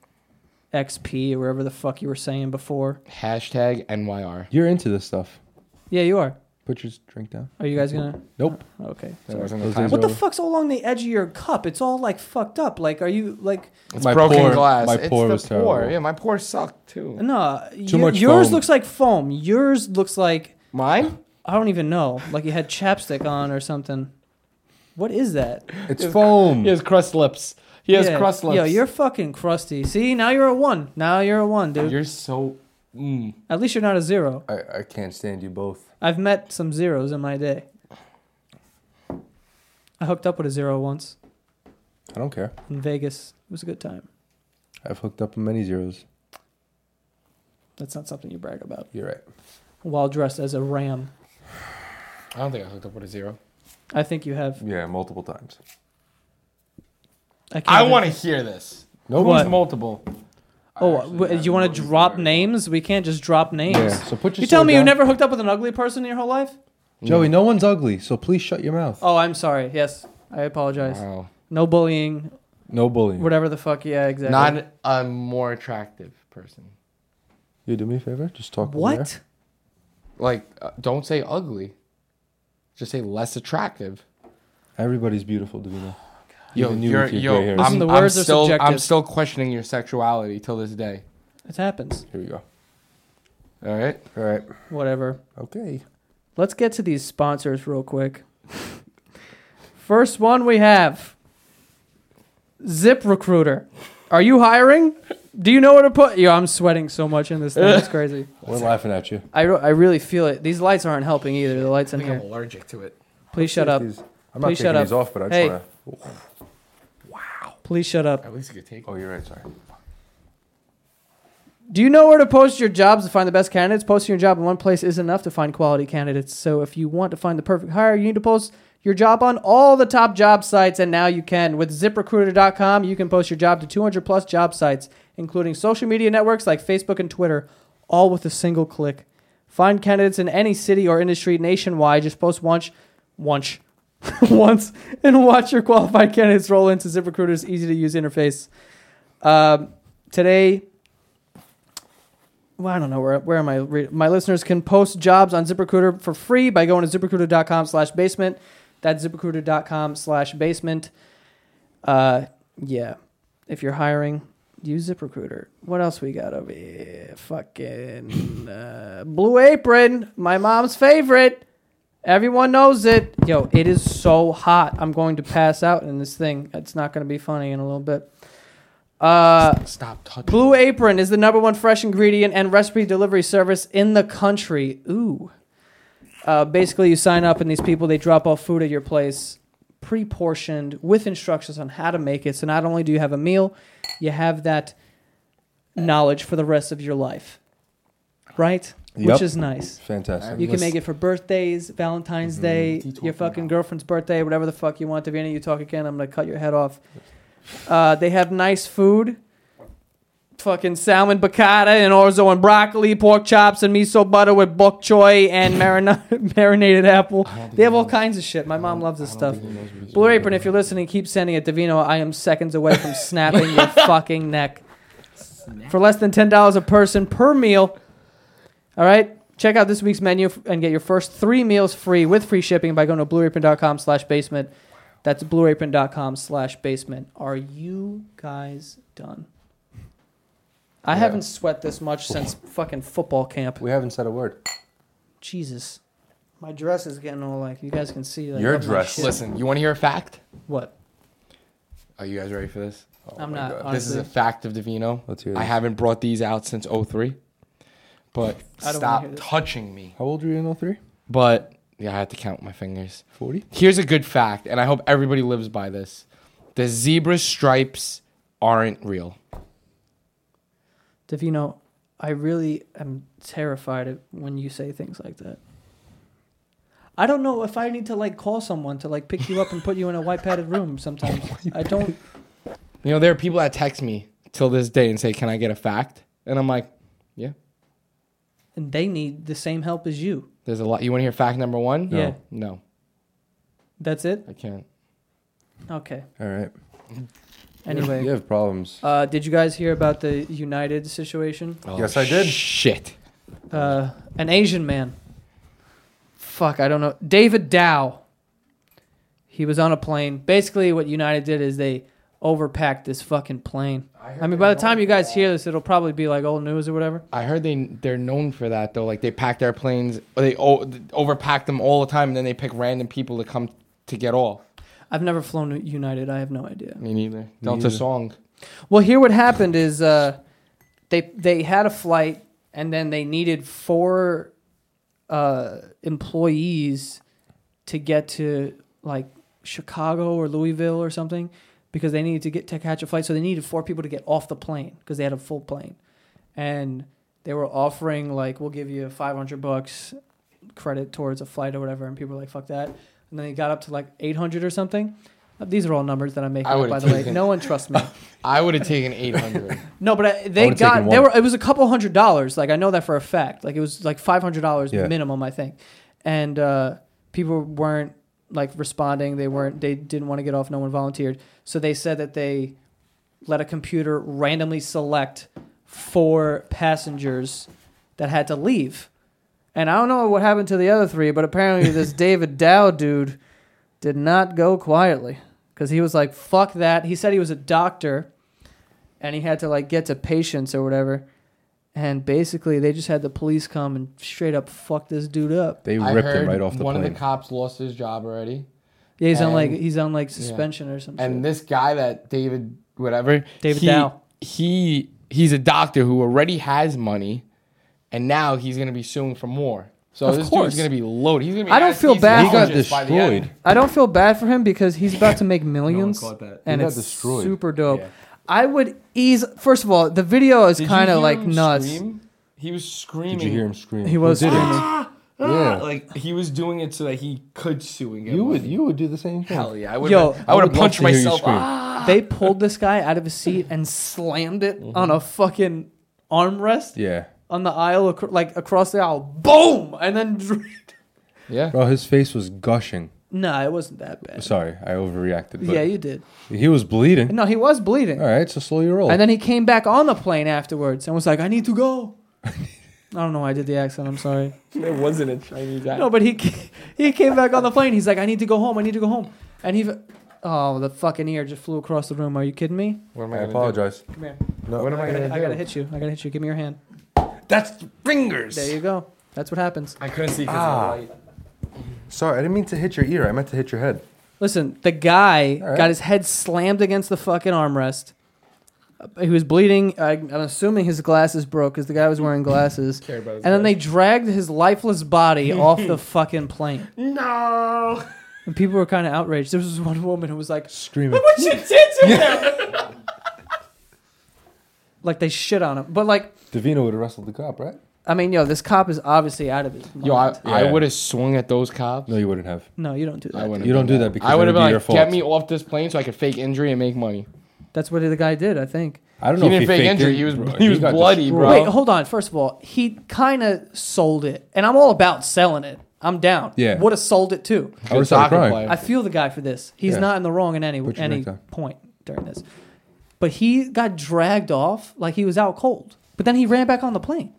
S1: XP or whatever the fuck you were saying before?
S3: Hashtag NYR.
S2: You're into this stuff.
S1: Yeah, you are.
S2: Put your drink down.
S1: Are you guys gonna? Oh,
S2: Nope.
S1: Okay.
S3: That
S1: sorry.
S3: wasn't the
S2: Those
S3: time.
S2: days
S1: What the
S2: over.
S1: fuck's all along the edge of your cup? It's all like fucked up. Like, are you like?
S3: It's
S2: My
S3: broken
S2: pour-
S3: glass.
S2: my
S3: it's
S2: pour
S3: the
S2: was
S3: pour.
S2: terrible.
S3: Yeah, my pour sucked too.
S1: No,
S2: Too
S1: you-
S2: much
S1: yours
S2: foam.
S1: looks like foam. Yours looks like
S3: Mine?
S1: I don't even know. Like you had chapstick on or something. What is that?
S2: It's foam.
S3: He has crust lips. He has
S1: Yeah,
S3: crust lips.
S1: Yo, you're fucking crusty. See, now you're a one. Now you're a one, dude.
S3: You're so. Mm.
S1: At least you're not a zero.
S2: I, I can't stand you both.
S1: I've met some zeros in my day. I hooked up with a zero once
S2: I don't care.
S1: in Vegas. It was a good time.
S2: I've hooked up many zeros.
S1: That's not something you brag about.
S2: You're right.
S1: While dressed as a ram.
S3: I don't think I hooked up with a zero.
S1: I think you have.
S2: Yeah, multiple times.
S1: I, can't
S3: I
S1: even-
S3: want to hear this.
S2: Nobody's
S1: What?
S3: Multiple.
S1: Oh,
S2: I actually
S1: w-
S2: have
S1: you want
S2: no
S1: to drop
S2: desire.
S1: names? We can't just drop names.
S2: Yeah. So put your
S1: You tell
S2: sword
S1: me you
S2: down.
S1: never hooked up with an ugly person in your whole life?
S2: Joey, no one's ugly, so please shut your mouth.
S3: Uh-huh.
S1: Oh, I'm sorry. Yes. I apologize.
S3: Wow.
S1: No bullying
S2: No bullying.
S1: whatever the fuck. Yeah, exactly.
S3: Not a more attractive person.
S2: you do me a favor? Just talk. over there.
S1: what?
S3: Like, uh, don't say ugly. Just say less attractive.
S2: Everybody's beautiful, Davina.
S3: Yo,
S2: Even you
S3: you're,
S2: with your
S3: yo,
S2: gray hairs.
S1: Listen,
S3: I'm,
S1: the
S3: I'm
S1: words are
S3: still, I'm
S1: subjective.
S3: still questioning your sexuality till this day.
S1: It happens.
S2: Here we go.
S3: All right.
S2: All right.
S1: Whatever.
S2: Okay.
S1: Let's get to these sponsors real quick. First one we have Zip Recruiter. Are you hiring? Do you know where to put? Yo, I'm sweating so much in this thing. It's crazy.
S2: We're laughing at you.
S1: I, re- I really feel it. These lights aren't helping either. The lights in here.
S3: allergic to it.
S1: Please shut up.
S2: These- I'm not
S1: Please
S2: taking
S1: shut up.
S2: these off, but I just
S1: Hey.
S2: want to.
S1: Please shut up.
S3: At least you could take.
S2: Oh, you're right. Sorry.
S1: Do you know where to post your jobs to find the best candidates? Posting your job in one place is enough to find quality candidates. So if you want to find the perfect hire, you need to post your job on all the top job sites, and now you can. With ziprecruiter.com, you can post your job to 200 plus job sites, including social media networks like Facebook and Twitter, all with a single click. Find candidates in any city or industry nationwide. Just post once, once, once, and watch your qualified candidates roll into ZipRecruiter's easy to use interface. Um, today, well, I don't know where where am I? Re- my listeners can post jobs on ZipRecruiter for free by going to ZipRecruiter.com/basement. That's ZipRecruiter.com/basement. Uh, yeah. If you're hiring, use ZipRecruiter. What else we got over here? Fucking uh, Blue Apron, my mom's favorite. Everyone knows it. Yo, it is so hot. I'm going to pass out in this thing. It's not going to be funny in a little bit. Uh,
S3: Stop touching.
S1: Blue Apron is the number one fresh ingredient and recipe delivery service in the country. Ooh. Uh, basically, you sign up, and these people they drop off food at your place, pre-portioned with instructions on how to make it. So not only do you have a meal, you have that knowledge for the rest of your life, right?
S2: Yep.
S1: Which is nice.
S2: Fantastic.
S1: You can make it for birthdays, Valentine's Day,
S3: Tea talking
S1: your fucking girlfriend's birthday, whatever the fuck you want. Davina, you talk again. I'm gonna cut your head off. Uh, they have nice food, fucking salmon piccata and orzo and broccoli, pork chops and miso butter with bok choy and marin- marinated apple. They have all kinds of shit. My mom loves this stuff. Blue Apron, if you're listening, keep sending it. Davino, I am seconds away from snapping your fucking neck. For less than $10 a person per meal. All right? Check out this week's menu f- and get your first three meals free with free shipping by going to blueapron.com slash basement. That's blueapron.com slash basement. Are you guys done? I
S2: Yeah.
S1: haven't sweat this much since fucking football camp.
S2: We haven't said a word.
S1: Jesus. My dress is getting all like, you guys can see. Like,
S2: Your
S1: all my
S2: dress.
S1: shit.
S3: Listen, you want to hear a fact?
S1: What?
S3: Are you guys ready for this?
S1: I'm not.
S2: Oh God.
S3: This is
S1: Honestly.
S3: a fact of Divino.
S2: Let's hear
S3: I
S2: this.
S3: haven't brought these out since 03. But
S1: I don't wanna
S3: stop
S1: hear this.
S3: touching me.
S2: How old were you in 03?
S3: But yeah, I had to count my fingers.
S2: 40?
S3: Here's a good fact, and I hope everybody lives by this. The zebra stripes aren't real.
S1: Davino, I really am terrified of when you say things like that. I don't know if I need to like call someone to like pick you up and put you in a white padded room sometimes. I don't
S3: You know, there are people that text me till this day and say, Can I get a fact? And I'm like, Yeah,
S1: and they need the same help as you.
S3: there's a lot. You want to hear fact number one?
S1: Yeah.
S3: No,
S1: That's it?
S3: I can't.
S1: Okay.
S2: All right.
S1: Anyway.
S2: You have problems.
S1: Uh, did you guys hear about the United situation?
S3: Oh,
S2: Yes, I did.
S3: Shit.
S1: Uh, an Asian man. Fuck, I don't know. David Dow. He was on a plane. Basically, what United did is they overpacked this fucking plane. I mean, by the time you guys hear this, it'll probably be like old news or whatever.
S3: I heard they they're known for that though. Like they pack their planes, or they o- overpack them all the time, and then they pick random people to come to get all.
S1: I've never flown to United. I have no idea.
S3: Me neither. Delta
S2: neither.
S3: song.
S1: Well, here what happened is uh, they they had a flight and then they needed four uh, employees to get to like Chicago or Louisville or something because they needed to get to catch a flight. So they needed four people to get off the plane because they had a full plane, and they were offering like we'll give you five hundred bucks credit towards a flight or whatever, and people were like fuck that. And then they got up to like eight hundred or something. These are all numbers that I'm making
S3: I
S1: up,
S3: would've
S1: by the way.
S3: taken-
S1: No one trusts me.
S3: I would have taken eight hundred.
S1: No, but I, they
S2: would've taken
S1: got they
S2: one.
S1: were. It was a couple hundred dollars. Like I know that for a fact. Like it was like five hundred dollars
S2: Yeah.
S1: minimum, I think. And uh, people weren't like responding. They weren't. They didn't want to get off. No one volunteered. So they said that they let a computer randomly select four passengers that had to leave. And I don't know what happened to the other three, but apparently this David Dow dude did not go quietly because he was like, "Fuck that." He said he was a doctor, and he had to like get to patients or whatever. And basically, they just had the police come and straight up fuck this dude up.
S2: They
S3: I
S2: ripped
S3: heard
S2: him right off the
S3: one
S2: plane.
S3: of the cops lost his job already.
S1: Yeah, he's on like
S3: And-
S1: he's on like suspension or something.
S3: And this guy that David whatever
S1: David
S3: he,
S1: Dow.
S3: he he's a doctor who already has money, and now he's gonna be suing for more. So
S1: Of
S3: this
S1: course.
S3: dude's gonna be loaded. He's gonna be.
S1: I don't
S3: asked
S1: feel
S3: these
S1: bad
S2: he got
S3: charges by the
S2: destroyed.
S3: end.
S1: I don't feel bad for him because he's about to make millions,
S3: caught that.
S1: and
S2: He got
S1: it's
S2: destroyed.
S1: super dope.
S3: Yeah.
S1: I would ease. First of all, the video is
S3: Did you
S1: kind
S3: hear
S1: of like
S3: him
S1: nuts.
S3: scream? He was screaming. Ah,
S2: Did you hear him scream?
S1: He was
S2: Who did it?
S1: screaming.
S2: Yeah.
S3: Like he was doing it so that he could sue and get
S2: You would
S3: money.
S2: you would do the same thing.
S3: Hell yeah! I would.
S1: Yo,
S3: I
S1: I
S3: would have
S2: would love
S3: punched
S2: to hear you
S3: myself.
S2: scream.
S3: Ah!
S1: They pulled this guy out of his seat and slammed it on a fucking armrest
S2: Mm-hmm. Yeah.
S1: on the aisle, acro- like across the aisle. Boom, and then.
S3: Yeah.
S2: Bro, his face was gushing.
S1: no, it wasn't that bad.
S2: Sorry, I overreacted. But
S1: Yeah, you did.
S2: he was bleeding.
S1: No, he was bleeding.
S2: All right, so slow your roll.
S1: And then he came back on the plane afterwards and was like, I need to go. I don't know why I did the accent. I'm sorry.
S3: There wasn't a Chinese accent.
S1: No, but he ca- he came back on the plane. He's like, I need to go home. I need to go home. And he, oh, the fucking ear just flew across the room. Are you kidding me?
S3: What am
S2: I
S3: I gonna
S2: apologize.
S1: Come here.
S3: do? What am I
S1: I gotta,
S3: gonna
S1: I gotta
S3: do?
S1: hit you. I gotta hit you. Give me your hand.
S2: That's fingers.
S1: There you go. That's what happens.
S3: I couldn't see because
S2: Ah.
S3: of the light.
S2: Sorry, I didn't mean to hit your ear. I meant to hit your head.
S1: Listen, the guy
S2: All right.
S1: got his head slammed against the fucking armrest. Uh, He was bleeding. I, I'm assuming his glasses broke because the guy was wearing glasses.
S3: Care about his
S1: and then they dragged his lifeless body off the fucking plane.
S3: No.
S1: And people were kind of outraged. There was this one woman who was like,
S2: Screaming.
S3: Put your tits in there.
S1: like they shit on him. But like,
S2: Davina would have wrestled the cop, right?
S1: I mean, yo, this cop is obviously out of his mind.
S3: Yo, I, I
S2: Yeah.
S3: would have swung at those cops.
S2: No, you wouldn't have.
S1: no, you don't do that.
S3: I wouldn't.
S2: You don't do that because
S3: I
S2: that
S3: would
S2: would
S3: have
S2: be
S3: been
S2: your
S3: like,
S2: fault.
S3: get me off this plane so I could fake injury and make money.
S1: That's what the guy did, I think.
S2: I don't
S3: He
S2: know
S3: didn't
S2: if
S3: fake
S2: faked
S3: injury.
S2: it,
S3: He was
S2: bro.
S3: he was
S2: got
S3: bloody,
S2: destroyed.
S3: bro.
S1: Wait, hold on. First of all, he kind of sold it, and I'm all about selling it. I'm down.
S2: Yeah.
S1: would have sold it too.
S2: I would have started
S3: Soccer
S2: crying.
S3: player.
S1: I feel the guy for this. He's
S2: Yeah.
S1: not in the wrong in any
S2: Put your
S1: any
S2: drink down.
S1: point during this, but he got dragged off like he was out cold. But then he ran back on the plane.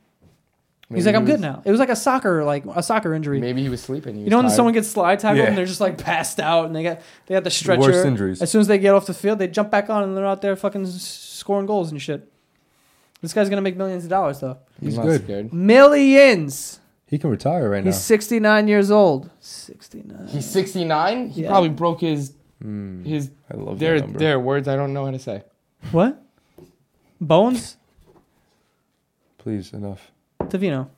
S1: He's
S3: Maybe
S1: like, I'm
S3: he
S1: good now. It was like a soccer like a soccer injury.
S3: Maybe he was sleeping. He was
S1: You know when
S3: tired.
S1: someone gets slide tackled
S2: Yeah.
S1: and they're just like passed out and they got they got the stretcher.
S2: Worst injuries.
S1: As soon as they get off the field, they jump back on and they're out there fucking s- scoring goals and shit. This guy's gonna make millions of dollars though.
S2: He's
S3: not
S2: good.
S3: Scared.
S1: Millions.
S2: He can retire right
S1: He's 69 years old. 69.
S3: He's 69. He
S1: Yeah.
S3: probably broke his his.
S2: now. Hmm, I love
S3: There,
S2: that number.
S3: there are words I don't know how to say.
S1: What? Bones?
S2: Please, enough.
S1: Davino.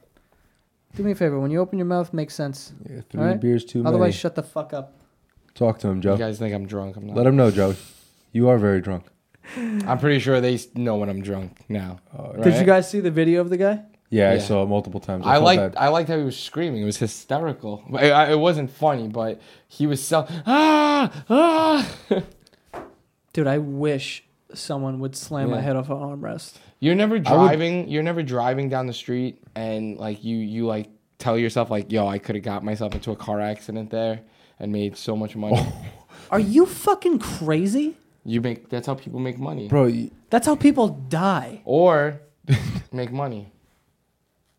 S1: Do me a favor. When you open your mouth, make sense.
S2: Yeah, three
S1: Alright.
S2: beers too many.
S1: Otherwise, shut the fuck up.
S2: Talk to him,
S3: You
S2: Joe.
S3: guys think I'm drunk? I'm not.
S2: Let him know, Joe. You are very drunk.
S3: I'm pretty sure they s- know when I'm drunk now.
S2: Oh,
S3: right?
S1: Did you guys see the video of the guy?
S2: Yeah, I
S3: Yeah.
S2: saw it multiple times.
S3: I
S2: felt bad.
S3: liked I liked how he was screaming. It was hysterical. But It, I- it wasn't funny, but he was so ah ah.
S1: Dude, I wish someone would slam my
S3: Yeah.
S1: head off an armrest.
S3: You're never
S2: I would-
S3: driving. You're never driving down the street and like you you like tell yourself like yo I could have got myself into a car accident there and made so much money.
S2: Oh.
S1: Are you fucking crazy?
S3: You make that's how people make money
S2: bro. y-
S1: That's how people die
S3: or make money.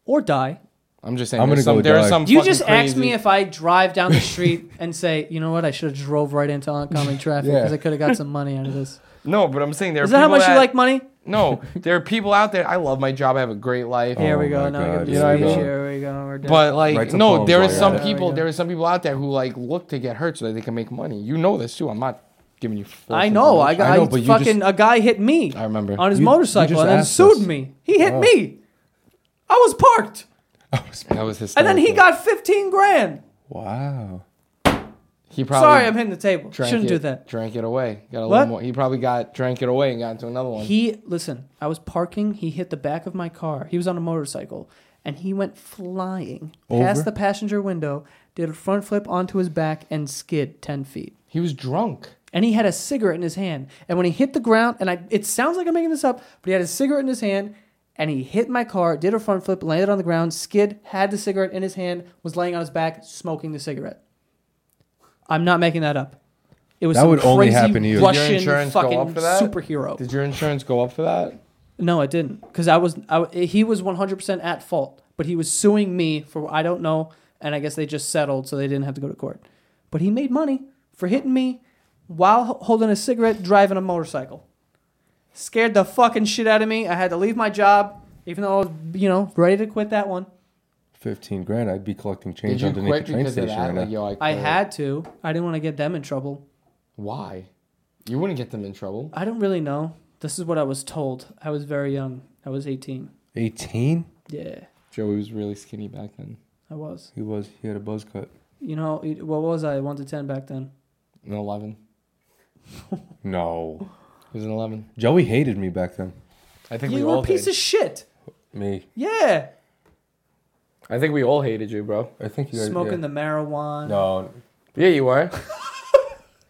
S1: or die.
S3: I'm just saying.
S2: I'm gonna
S3: there's some,
S2: go
S3: there are
S2: drive.
S3: some.
S1: You
S3: fucking
S1: just asked
S3: crazy-
S1: me if I drive down the street and say, you know what, I should have drove right into oncoming traffic because
S2: Yeah.
S1: I could have got some money out of this.
S3: No, but I'm saying there.
S1: Is
S3: are
S1: that how
S3: people
S1: much you like money?
S3: No, there are people out there. I love my job. I have a great life.
S1: Here we
S2: my
S1: go. Now
S2: God,
S1: give me
S2: here
S1: a
S2: we
S1: speech.
S2: go.
S1: Here we go. We're done.
S3: But like,
S2: Write some
S3: no,
S2: poems
S3: there are
S2: while you're
S3: some
S1: at it.
S3: people.
S1: Yeah.
S3: There are some people out there who like look to get hurt so that they can make money. You know this too. I'm not giving you. false
S1: I know. I
S3: information.
S1: got
S2: I know,
S1: I
S2: but you
S1: fucking a guy hit me.
S3: I remember.
S1: on his
S2: You- you
S1: motorcycle
S2: just
S1: and then
S2: asked
S1: sued
S2: us.
S1: me. He hit
S2: Oh.
S1: me. I was parked,
S3: That was his.
S1: and then he got 15 grand.
S2: Wow.
S3: He probably
S1: Sorry, I'm hitting the table. Shouldn't
S3: it,
S1: do that.
S3: Drank it away. Got a
S1: What?
S3: little more. He probably got drank it away and got into another one.
S1: He listen. I was parking. He hit the back of my car. He was on a motorcycle, and he went flying past the
S2: Over?
S1: passenger window, did a front flip onto his back, and skid ten feet.
S3: he was drunk.
S1: And he had a cigarette in his hand. And when he hit the ground, and I, it sounds like I'm making this up, but he had a cigarette in his hand, and he hit my car, did a front flip, landed on the ground, skid, had the cigarette in his hand, was laying on his back, smoking the cigarette. I'm not making that up. It was
S2: That
S1: some
S2: would
S1: crazy
S2: only happen to you. Did your
S1: Russian
S3: insurance go
S1: fucking
S3: up for that?
S1: superhero.
S3: Did your insurance go up for that?
S1: No, it didn't. Because I was, I, w- he was 100% at fault, but he was suing me for I don't know, and I guess they just settled, so they didn't have to go to court. But he made money for hitting me while h- holding a cigarette, driving a motorcycle. Scared the fucking shit out of me. I had to leave my job, even though I was, you know, ready to quit that one.
S2: Fifteen grand. I'd be collecting
S3: Did
S2: change
S3: you
S2: underneath
S3: quit
S2: the train
S3: because of
S2: station right
S3: that?
S2: now.
S3: Like, yo, I,
S1: I
S3: quit.
S1: had to. I didn't want to get them in trouble.
S3: Why? You wouldn't get them in trouble.
S1: I don't really know. This is what I was told. I was very young. I was 18.
S2: Eighteen.
S1: Yeah,
S3: Joey was really skinny back then.
S1: I was.
S2: He was. He had a buzz cut.
S1: You know, it- what was I? 1 to 10 back then.
S3: An eleven.
S2: No.
S3: He was an eleven.
S2: Joey hated me back then.
S3: I think
S1: you
S3: we
S1: were
S3: all
S1: a piece
S3: did.
S1: of shit.
S2: Me.
S1: Yeah.
S3: I think we all hated you, bro.
S2: I think you guys
S1: Smoking
S2: yeah.
S1: the marijuana.
S2: No.
S3: Yeah, you were.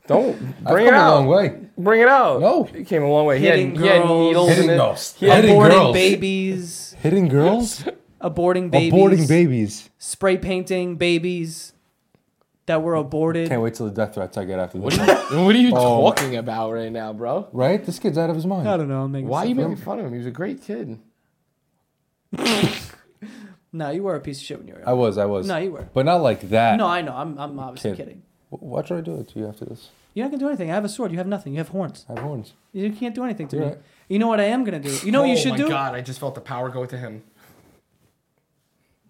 S3: Don't
S2: I've
S3: bring it
S2: come
S3: out.
S2: a long way.
S3: Bring it out.
S2: No.
S3: You came a long way.
S1: Hitting
S3: he had, he had
S1: girls.
S3: needles
S2: Hitting
S3: in it.
S2: girls.
S3: He had
S2: Hitting
S1: Aborting
S2: girls.
S1: babies.
S2: Hitting girls.
S1: Aborting babies.
S2: Aborting babies.
S1: Spray painting babies that were aborted.
S2: Can't wait till the death threats I get after
S3: What
S2: this.
S3: are you, what are you
S2: Oh.
S3: talking about right now, bro?
S2: right? This kid's out of his mind.
S1: I don't know. I'm making
S3: Why are you
S1: stuff
S3: making
S1: up.
S3: fun of him? He was a great kid.
S1: No, you were a piece of shit when you were.
S2: I was. I was.
S1: No, you were.
S2: But not like that.
S1: No, I know. I'm, I'm obviously
S2: Kid.
S1: kidding.
S2: W- Why should I do it to you after this?
S1: You're not gonna do anything. I have a sword. You have nothing. You have horns.
S2: I have horns.
S1: You can't do anything to
S2: You're
S1: me.
S2: right.
S1: You know what I am gonna do? You know what you
S3: Oh
S1: should do?
S3: I just felt the power go to him.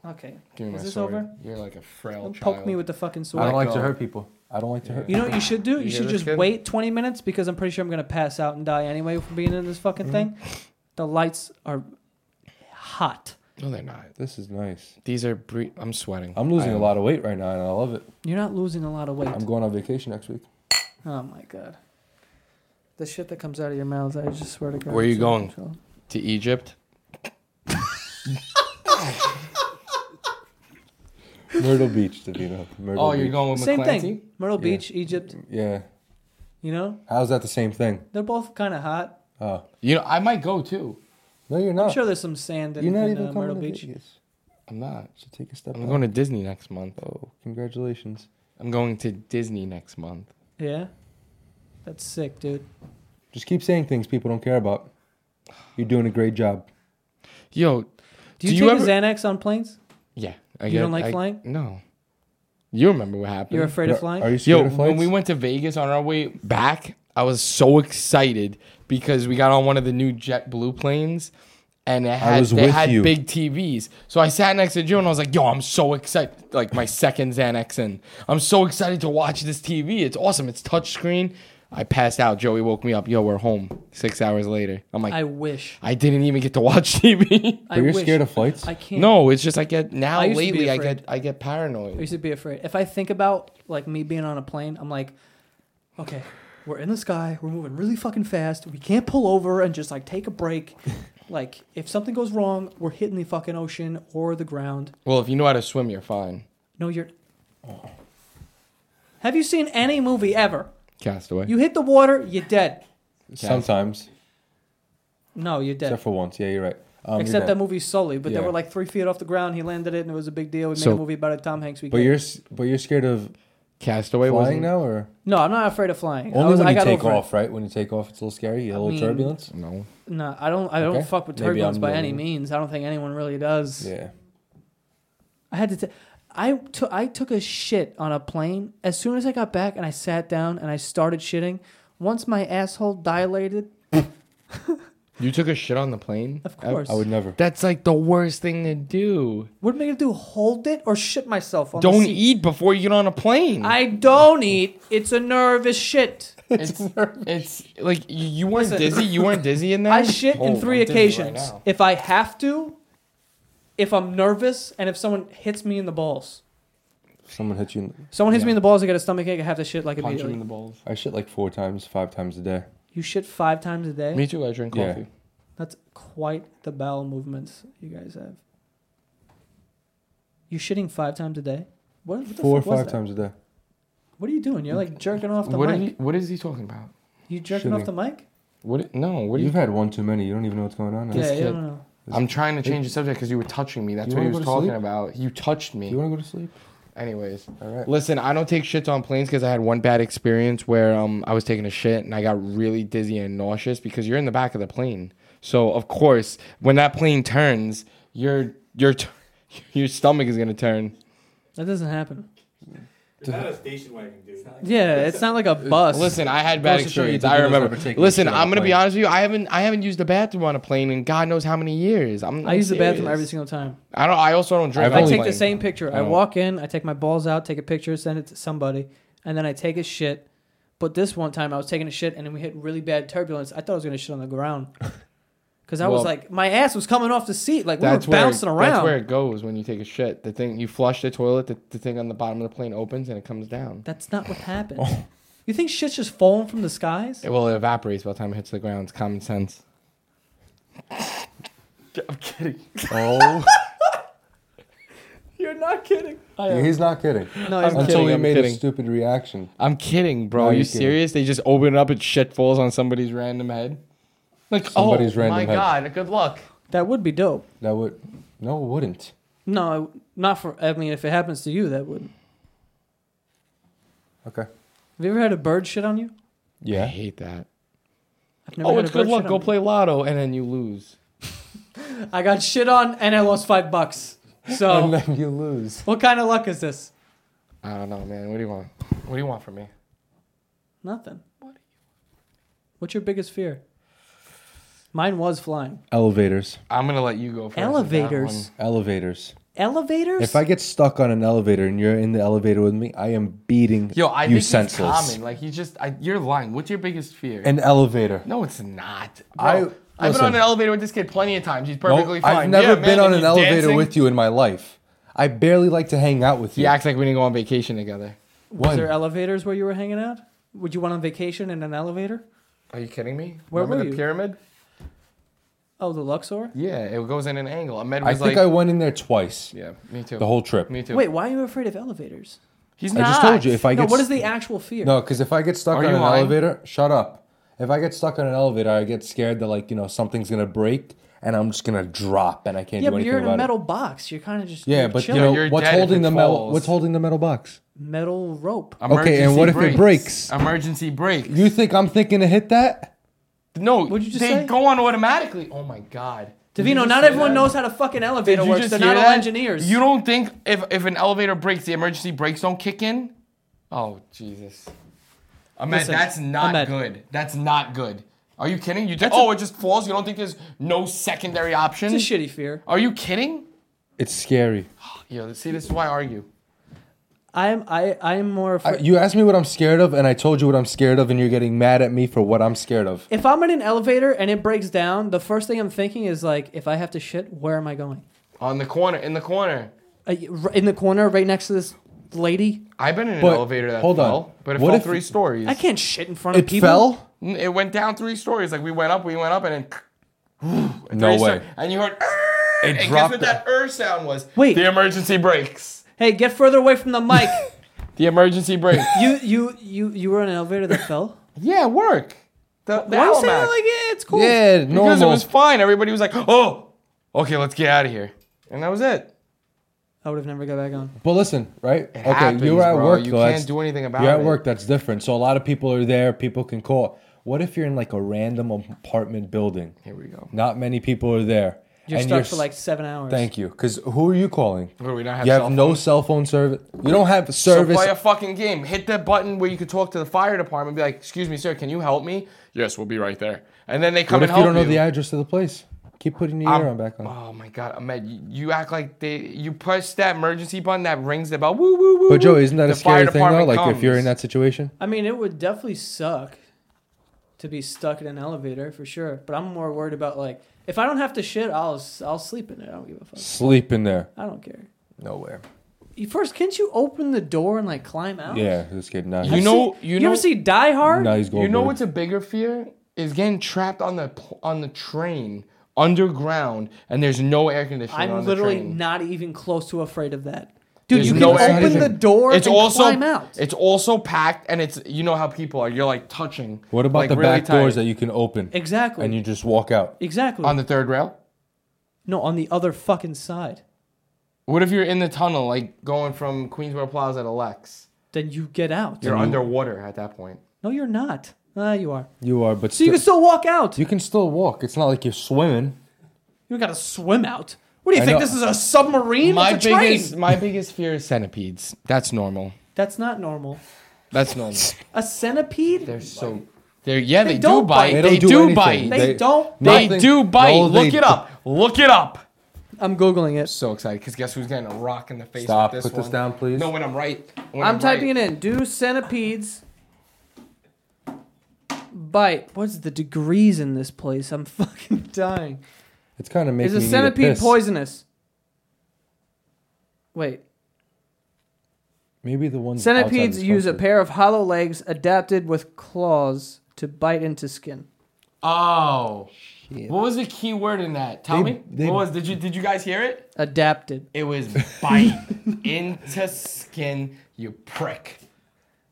S1: Okay.
S3: Give me
S1: Is
S3: my
S1: this
S3: sword.
S1: over?
S3: You're like a frail
S1: Don't
S3: child.
S1: poke me with the fucking
S2: I
S1: sword.
S2: don't
S3: Let
S2: like to
S3: go.
S2: hurt people. I don't like to hurt.
S1: You know what you should do? You,
S3: You hear
S1: should
S3: this
S1: just
S3: kid?
S1: wait 20 minutes because I'm pretty sure I'm going to pass out and die anyway from being in this fucking thing.
S2: Mm-hmm.
S1: The lights are hot.
S3: No, they're not.
S2: This is nice.
S3: These are. Bre- I'm sweating.
S2: I'm losing
S3: I
S2: a
S3: am.
S2: lot of weight right now, and I love it.
S1: You're not losing a lot of weight.
S2: I'm going on vacation next week.
S1: oh my god. The shit that comes out of your mouth, I just swear to God.
S3: Where you
S1: it's
S3: going?
S1: uncontrollable.
S3: to Egypt.
S2: Myrtle Beach, Davina. Myrtle
S3: Oh, you're
S2: Beach.
S3: going with
S1: Same
S3: McClancy?
S1: thing. Myrtle
S2: Yeah.
S1: Beach, Egypt.
S2: Yeah.
S1: You know,
S2: How's that the same thing?
S1: they're both kind of hot.
S2: Oh,
S3: You know, I might go too.
S2: no, you're not.
S1: I'm sure there's some sand in,
S2: Oh. you're not
S1: in,
S2: even
S1: uh,
S2: coming
S1: Myrtle
S2: to
S1: Beach.
S2: Vegas.
S3: I'm not.
S2: Should take a step.
S3: I'm
S2: back.
S3: going to Disney next month.
S2: Oh, congratulations.
S3: I'm going to Disney next month.
S1: Yeah. That's sick, dude.
S2: Just keep saying things people don't care about. You're doing a great job.
S3: Yo,
S1: Do you, take Xanax on planes?
S3: Yeah, I
S1: You
S3: get-
S1: don't like
S3: I-
S1: flying?
S3: No. You remember what happened?
S1: You're afraid of
S2: Are-
S1: flying?
S2: Are you
S3: Yo,
S2: scared of flights?
S3: when we went to Vegas on our way back, I was so excited because we got on one of the new JetBlue planes, and it had
S2: was
S3: they
S2: with
S3: had
S2: you.
S3: big TVs. So I sat next to Joe and I was like, "Yo, I'm so excited! Like my second Xanax in. I'm so excited to watch this TV. It's awesome. It's touchscreen." I passed out. Joey woke me up. Yo, we're home. Six hours later. I'm like,
S1: I
S3: I,
S1: wish.
S3: didn't even get to watch TV.
S1: I
S2: But you're
S1: wish.
S2: scared of flights?
S1: I can't.
S3: no, it's just I get now
S1: I used to be
S3: lately. I
S1: afraid.
S3: get I get
S1: I
S3: paranoid.
S1: used to be afraid. If I think about like me being on a plane, I'm like, okay, we're in the sky, we're moving really fucking fast. We can't pull over and just like take a break. like if something goes wrong, we're hitting the fucking ocean or the ground.
S3: Well, if you know how to swim, you're fine.
S1: No, you're.
S2: Oh.
S1: Have you seen any movie ever?
S3: Castaway.
S1: You hit the water, you're dead.
S2: Sometimes,
S1: No, you're dead.
S2: except
S1: Except,
S2: for once. Yeah, you're right. Um, you're
S1: that
S2: dead.
S1: movie Sully, but they
S2: Yeah.
S1: were like three feet off the ground. He landed it, and it was a big deal. We made
S3: So-
S1: a movie about it. Tom Hanks. We
S2: But
S1: get-
S2: you're s- but you're scared of
S3: Castaway
S2: flying
S3: wasn't.
S2: now, or
S1: no, I'm not afraid of flying. I
S2: only
S1: was-
S2: when
S1: I
S2: you
S1: got
S2: take
S1: over it.
S2: off, right? When you take off, it's a little scary. A little
S1: mean-
S2: turbulence.
S3: No.
S1: No, I don't. I don't
S2: Okay.
S1: fuck with
S2: Maybe
S1: turbulence
S2: I'm
S1: by
S2: the-
S1: any means. I don't think anyone really does.
S2: Yeah.
S1: I had to. T- I took. I took a shit on a plane as soon as I got back, and I sat down and I started shitting. Once my asshole dilated,
S3: You took a shit on the plane?
S1: of
S3: I-
S1: course.
S2: I would never.
S3: that's like the worst thing to do.
S1: what am I gonna do? Hold it or shit myself? On the
S3: Don't
S1: seat?
S3: eat before you get on a plane.
S1: I don't eat. It's a nervous shit.
S3: it's, it's like you, you weren't
S1: Listen.
S3: dizzy. You weren't dizzy in there.
S1: I shit in
S3: Oh,
S1: three
S3: I'm dizzy right
S1: occasions.
S3: now.
S1: if I have to, if I'm nervous, and if someone hits me in the balls.
S2: Someone hit you. In,
S1: Someone hits me
S3: Yeah.
S1: in the balls, I get a stomach ache. I have to shit like
S3: Punch him
S1: immediately.
S3: in the balls.
S2: I shit like four times, five times a day.
S1: you shit five times a day.
S3: Me too. I drink
S2: Yeah.
S3: coffee.
S1: That's quite the bowel movements you guys have. You're shitting five times a day. What, what the
S2: Four or
S1: fuck was
S2: five
S1: that?
S2: times a day.
S1: What are you doing? You're like jerking off the
S3: What, are
S1: mic.
S3: you, what is he talking about?
S1: You, jerking off the mic?
S3: What? No. What? Are you,
S2: You've had one too many. You don't even know what's going on. Now.
S1: Yeah,
S3: kid-
S1: you don't know.
S3: I'm trying to change the subject because you were touching me. That's
S2: You
S3: what he
S2: wanna
S3: was
S2: go to
S3: talking
S2: sleep?
S3: about. You touched
S2: Do you
S3: me.
S2: want to go to sleep?
S3: Anyways,
S2: All right.
S3: listen, I don't take shits on planes because I had one bad experience where um I was taking a shit and I got really dizzy and nauseous because you're in the back of the plane. So of course, when that plane turns, your your t- your stomach is gonna turn.
S1: That doesn't happen.
S4: It's not a station wagon, dude.
S1: Yeah, it's not like a bus.
S3: Listen, I had bad
S2: Goes to show you
S3: experience.
S2: the
S3: I
S2: windows
S3: remember.
S2: never take a
S3: Listen,
S2: shit on
S3: I'm
S2: a
S3: gonna be
S2: plane.
S3: honest with you. I haven't I haven't used the bathroom on a plane in God knows how many years. I'm,
S1: I use the bathroom
S3: serious.
S1: every single time.
S3: I don't. I also don't drink.
S2: I've
S3: on
S1: I
S2: I'll
S1: take the
S3: plane.
S1: same picture. I
S3: Oh.
S1: walk in, I take my balls out, take a picture, send it to somebody, and then I take a shit. But this one time I was taking a shit and we hit really bad turbulence. I thought I was going to shit on the ground. Because I was
S3: Well-
S1: like, my ass was coming off the seat. Like, we were
S3: That's where,
S1: bouncing around.
S3: that's where it goes when you take a shit. The thing you flush the toilet, the, the thing on the bottom of the plane opens and it comes down.
S1: That's not what happened.
S3: Oh.
S1: You think shit's just falling from the skies?
S3: It, well, it evaporates by the time it hits the ground. It's common sense. I'm kidding.
S2: Oh,
S1: You're not kidding. I am.
S2: he's not kidding.
S1: No, he's
S3: I'm
S1: not.
S2: Until
S3: kidding,
S2: he
S3: I'm
S2: made
S3: kidding.
S2: a stupid reaction.
S3: I'm kidding, bro.
S2: No,
S3: Are you
S2: you're kidding.
S3: serious? They just open it up and shit falls on somebody's random head. Like
S2: Somebody's
S3: oh
S2: random
S3: my
S2: head.
S3: god, good luck.
S1: That would be dope.
S2: That would. No, it wouldn't.
S1: No, not for. I mean, if it happens to you, that would.
S2: Okay.
S1: Have you ever had a bird shit on you?
S3: I
S2: Yeah.
S3: hate that.
S1: I've never
S3: oh,
S1: had
S3: it's
S1: a bird
S3: good luck.
S1: shit
S3: Go
S1: on me.
S3: play lotto and then you lose.
S1: I got shit on and I lost five bucks.
S2: And
S1: So,
S2: then you lose.
S1: what kind of luck is this?
S3: I don't know, man. What do you want? What do you want from me?
S1: Nothing. What's your biggest fear? Mine was flying.
S2: Elevators.
S3: I'm gonna let you go first. with that one.
S1: Elevators.
S2: Elevators.
S1: Elevators?
S2: If I get stuck on an elevator and you're in the elevator with me, I am beating
S3: Yo, I
S2: you
S3: think
S2: senseless.
S3: it's common. Like he's just, I, you're lying. What's your biggest fear?
S2: An elevator.
S3: no, it's not.
S2: I-
S3: Bro, I, have been
S2: listen.
S3: on an elevator with this kid plenty of times. He's
S2: No,
S3: perfectly fine.
S2: I've never
S3: Yeah,
S2: been
S3: man,
S2: on
S3: and
S2: an
S3: he's
S2: elevator
S3: dancing.
S2: with you in my life. I barely like to hang out with you.
S3: He acts like we didn't go on vacation together.
S1: Was
S2: One.
S1: there elevators where you were hanging out? Would you want on vacation in an elevator?
S3: Are you kidding me?
S1: Where
S3: Remember
S1: were
S3: the
S1: you?
S3: pyramid?
S1: Oh, the Luxor?
S3: Yeah, it goes in an angle. Ahmed
S2: I
S3: was
S2: think
S3: like,
S2: I went in there twice
S3: yeah, me too.
S2: the whole trip.
S3: me too.
S1: Wait, why are you afraid of elevators?
S3: he's
S2: I
S3: not.
S2: just told you if I
S1: no,
S2: get
S1: what is the actual fear?
S2: no, because if I get stuck
S3: Are
S2: on an
S3: you lying?
S2: elevator, shut up. If I get stuck on an elevator, I get scared that like you know something's gonna break and I'm just gonna drop and I can't
S1: yeah,
S2: do
S1: but
S2: anything
S1: you're in
S2: about
S1: a
S2: it.
S1: metal box. You're kind of just
S2: Yeah,
S1: you're
S2: but you
S1: chilling.
S3: Yeah,
S2: know
S3: you're
S2: what's
S3: dead if
S2: holding
S3: it
S2: the metal?
S3: falls.
S2: What's holding the metal box?
S1: metal rope.
S2: Okay, and
S3: Emergency
S2: what if it breaks?
S3: Emergency brake.
S2: You think I'm thinking to hit that?
S3: No,
S1: What'd you just
S3: they
S1: say?
S3: go on automatically. Oh my god. Did you
S1: Davino,
S3: just
S1: not
S3: say
S1: everyone
S3: that?
S1: knows how the fucking elevator
S3: Did you
S1: works.
S3: just
S1: They're
S3: hear
S1: not all
S3: that?
S1: engineers.
S3: You don't think if, if an elevator breaks, the emergency brakes don't kick in? Oh Jesus! Ahmed,
S1: Listen,
S3: that's not
S1: Ahmed.
S3: good. That's not good. Are you kidding? You just,
S1: That's a-
S3: oh, it just falls. You don't think there's no secondary option?
S1: It's a shitty fear.
S3: Are you kidding?
S2: It's scary.
S3: Yo, see, this is why I argue.
S1: I'm I I'm more
S2: I,
S1: afraid.
S2: you asked me what I'm scared of, and I told you what I'm scared of, and you're getting mad at me for what I'm scared of.
S1: if I'm in an elevator and it breaks down, the first thing I'm thinking is like, if I have to shit, where am I going?
S3: On the corner, in the corner.
S1: Uh, r- In the corner, right next to this lady.
S3: I've been in an
S2: But,
S3: elevator that
S2: hold on.
S3: fell, but it
S2: What
S3: fell
S2: if-
S3: three stories.
S1: I can't shit in front of
S2: It
S1: people.
S2: fell.
S3: N- It went down three stories. Like we went up, we went up, and then
S2: No
S3: three
S2: way.
S3: stories. and you heard. "Err," and guess
S2: dropped
S3: what that er sound was?
S1: Wait.
S3: the emergency brakes.
S1: Hey, get further away from the mic.
S3: The emergency brake.
S1: you you you you were in an elevator that fell.
S3: yeah, work. The, the
S1: Why you say
S3: Almac.
S1: that like yeah, it's cool?
S2: Yeah,
S3: because
S2: normal.
S3: it was fine. Everybody was like, "Oh, okay, let's get out of here," and that was it.
S1: I would have never got back on.
S2: but listen, right? okay,
S3: happens,
S2: you were at
S3: bro.
S2: work.
S3: You
S2: though,
S3: can't
S2: that's-
S3: do anything about
S2: You're at
S3: it.
S2: work. That's different. So a lot of people are there. People can call. What if you're in like a random apartment building?
S3: Here we go.
S2: Not many people are there.
S1: You're
S2: and
S1: stuck
S2: you're
S1: for like seven hours.
S2: Thank you. Because who are you calling?
S3: What, we don't have
S2: you have
S3: cell
S2: no cell phone service. You don't have
S3: So
S2: service.
S3: play a fucking game. Hit that button where you could talk to the fire department. Be like, "Excuse me, sir, can you help me?" Yes, we'll be right there. And then they come
S2: what if
S3: and
S2: you
S3: help
S2: don't know the address of the place? Keep putting your
S3: I'm-
S2: ear on back on.
S3: Oh my god, Ahmed, you, you act like they you push that emergency button that rings the bell. Woo woo woo.
S2: But Joe,
S3: woo.
S2: isn't that
S3: The
S2: a scary
S3: fire
S2: thing though?
S3: department
S2: Like if you're
S3: comes.
S2: in that situation,
S1: I mean, it would definitely suck to be stuck in an elevator for sure. But I'm more worried about like if I don't have to shit, I'll I'll sleep in it. I don't give a fuck.
S2: sleep in there.
S1: I don't care.
S2: Nowhere.
S1: You first, can't you open the door and like climb out?
S2: Yeah, this kid. Nice.
S3: You
S1: I've
S3: know-
S1: seen-
S3: you
S1: ever
S3: know-
S1: see Die Hard?
S2: Nice goal.
S3: You know what's a bigger fear is getting trapped on the pl- on the train underground and there's no air conditioning.
S1: I'm
S3: on
S1: literally
S3: the train.
S1: not even close to afraid of that. Dude,
S3: There's
S1: you can
S3: no air
S1: open the
S2: conditioning.
S1: door
S3: It's
S1: and
S3: also
S1: climb out.
S3: it's also packed and it's you know how people are. You're like touching.
S2: What about
S3: like,
S2: the
S3: really
S2: back doors
S3: tight.
S2: that you can open?
S1: Exactly.
S2: And you just walk out.
S1: exactly.
S3: on the third rail?
S1: no, on the other fucking side.
S3: What if you're in the tunnel, like going from Queensboro Plaza to Lex?
S1: Then you get out.
S3: You're underwater at that point.
S1: no, you're not. Ah, you are.
S2: You are, but
S1: So you can still walk out.
S2: you can still walk. It's not like you're swimming.
S1: You gotta swim out. What do you
S2: I
S1: think?
S2: know.
S1: This is a submarine?
S3: My
S1: It's a train.
S3: biggest, my biggest fear is centipedes. That's normal.
S1: That's not normal.
S3: That's normal.
S1: A centipede?
S3: They're so. They're yeah. They, do
S1: don't bite.
S3: bite. They,
S2: They don't
S3: do,
S2: do anything.
S3: bite. They,
S1: they,
S2: They-
S1: don't.
S2: They- nothing.
S3: do bite.
S2: No, they
S3: Look it up. Look it up.
S1: I'm googling it.
S3: So excited because guess who's getting a rock in the face?
S2: Stop.
S3: With this
S2: Put this
S3: one?
S2: down, please.
S3: No, when I'm right. When
S1: I'm typing it in. Do centipedes bite? What's the degrees in this place? I'm fucking dying.
S2: It's kind of
S1: Is
S2: making
S1: a
S2: me need a
S1: centipede
S2: piss.
S1: poisonous? Wait.
S2: Maybe the ones outside
S1: Centipedes
S2: this
S1: use a
S2: country.
S1: pair of hollow legs adapted with claws to bite into skin.
S3: Oh. What was the key word in that? Tell
S2: They-
S3: me.
S2: they-
S3: what was? Did you did you guys hear it?
S1: Adapted.
S3: It was bite into skin. You prick.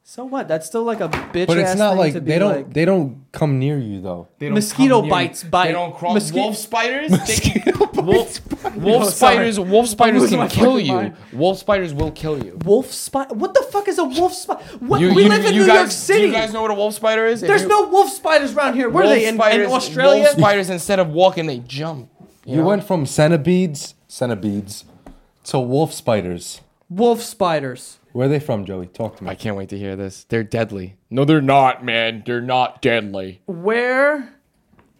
S1: So what? That's still like a bitch.
S2: But it's
S1: ass
S2: not
S1: thing
S2: like
S1: to be
S2: they don't.
S1: like-
S2: They don't come near you though.
S3: They don't
S1: Mosquito
S3: come near
S1: bites
S3: you.
S1: bite.
S3: They don't crawl.
S1: Mosqui-
S3: wolf spiders. they, wolf, wolf
S1: Oh, sorry.
S3: spiders. Wolf spiders
S1: losing my
S3: can kill
S1: fucking
S3: you.
S1: mind.
S3: Wolf spiders will kill you.
S1: wolf spider. What the fuck is a wolf spider? What? we live in
S3: you
S1: New
S3: guys,
S1: York City.
S3: Do you guys know what a wolf spider is? If
S1: There's
S3: you-
S1: no wolf spiders around here. Where are
S3: wolf
S1: they in, in
S3: spiders-
S1: Australia?
S3: Wolf spiders instead of walking, they jump.
S2: You went from centipedes, centipedes, to wolf spiders.
S1: wolf spiders.
S2: Where are they from, Joey? Talk to me.
S3: I can't wait to hear this. They're deadly. No, they're not, man. They're not deadly.
S1: Where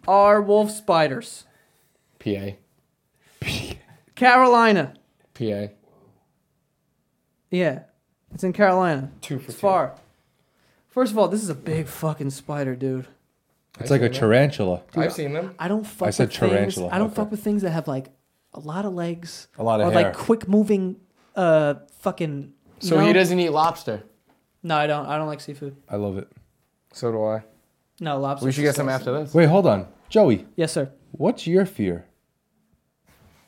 S1: are wolf spiders?
S3: PA.
S1: Carolina.
S3: PA.
S1: Yeah, it's in Carolina.
S3: Two for
S1: It's far. First of all, this is a big fucking spider, dude.
S2: It's like a tarantula.
S3: I've seen them.
S1: I don't fuck
S2: I said
S1: with things-
S2: tarantula.
S1: I don't
S2: Okay.
S1: fuck with things that have like a lot of legs,
S2: A lot of
S1: or
S2: hair.
S1: like quick moving, uh, fucking. you
S3: So
S1: know?
S3: he doesn't eat lobster.
S1: No, I don't. I don't like seafood.
S2: I love it.
S3: So do I.
S1: No lobster.
S3: We should get some after this.
S2: Wait, hold on, Joey.
S1: Yes, sir.
S2: What's your fear?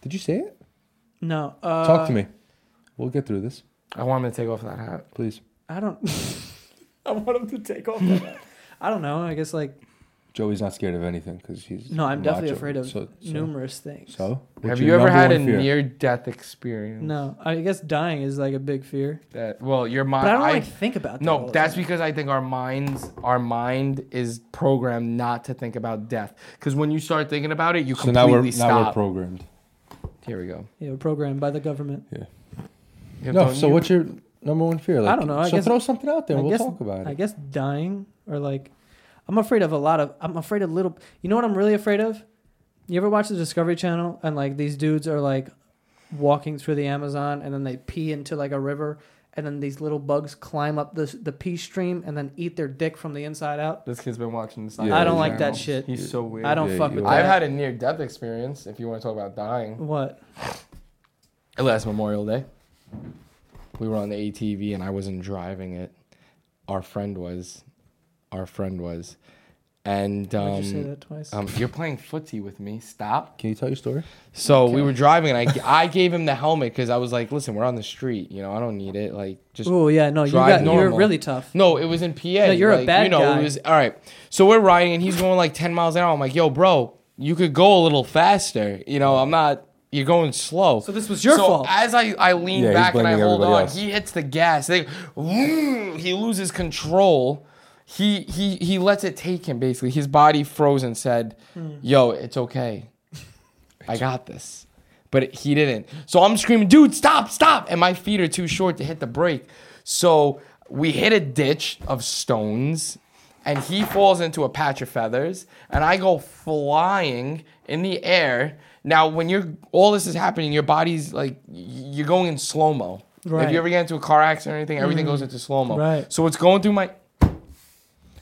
S2: Did you say it?
S1: No. Uh,
S2: Talk to me. We'll get through this,
S3: I want him to take off that hat.
S2: please.
S1: I don't. I want him to take off. I don't know. I guess like
S2: Joey's not scared of anything because he's
S1: no. I'm definitely
S2: macho.
S1: afraid of
S2: So, so,
S1: numerous things.
S2: so? What's
S3: Have you
S2: your
S3: ever
S2: number
S3: had a
S2: one fear?
S3: near-death experience?
S1: No, I guess dying is like a big fear.
S3: That well, your mind.
S1: But I don't
S3: I-
S1: like think about that. all
S3: No,
S1: the
S3: that's
S1: time.
S3: because I think our minds, our mind is programmed not to think about death. Because when you start thinking about it, you
S2: So now
S3: completely
S2: we're now we're
S3: stop.
S2: programmed.
S3: Here we go.
S1: yeah, we're programmed by the government.
S3: You
S2: No.
S3: don't-
S2: So
S3: you-
S2: what's your number one fear? Like,
S1: don't know, I
S2: so
S1: guess-
S2: throw something out there.
S1: I
S2: and We'll
S1: guess,
S2: talk about
S1: I
S2: it.
S1: guess dying or like, I'm afraid of a lot of. I'm afraid of little. You know what I'm really afraid of? You ever watch the Discovery Channel and like these dudes are like walking through the Amazon and then they pee into like a river and then these little bugs climb up the the pee stream and then eat their dick from the inside out.
S3: This kid's been watching this.
S2: Yeah, I don't
S1: like that shit.
S3: He's so weird.
S1: I don't
S2: Yeah,
S1: fuck
S2: you
S1: with
S2: are.
S1: that.
S3: I've had a near-death experience. If you want to talk about dying,
S1: what?
S3: last Memorial Day, we were on the ATV and I wasn't driving it. Our friend was. Our friend was, and
S1: Why'd you say
S3: um,
S1: that twice?
S3: um, you're playing footsie with me. Stop.
S2: Can you tell your story?
S3: So we were driving, and I, I gave him the helmet because I was like, "Listen, we're on the street. You know, I don't need it. Like, just
S1: oh yeah, no, you
S3: drive
S1: got, you're
S3: normal.
S1: really tough.
S3: no." It was in PA.
S1: No, you're a
S3: like,
S1: bad
S3: you know,
S1: guy.
S3: It was all right. So we're riding, and he's going like ten miles an hour. I'm like, "Yo, bro, you could go a little faster. You know, I'm not. You're going slow."
S1: So this was your
S3: So
S1: fault.
S3: As I I lean
S2: Yeah, he's
S3: back and I
S2: blaming
S3: hold
S2: everybody
S3: on,
S2: else.
S3: he hits the gas. They, vroom, he loses control. He he he lets it take him. Basically, his body froze and said,
S1: Hmm.
S3: "Yo, it's okay." I got this. But he didn't. So I'm screaming, dude, stop, stop. And my feet are too short to hit the brake. So we hit a ditch of stones and he falls into a patch of feathers and I go flying in the air. Now, when you're all this is happening, your body's like y- you're going in slow mo. If
S1: Right. Mm-hmm.
S3: you ever get into a car accident or anything, everything goes into slow mo.
S1: Right.
S3: So what's going through my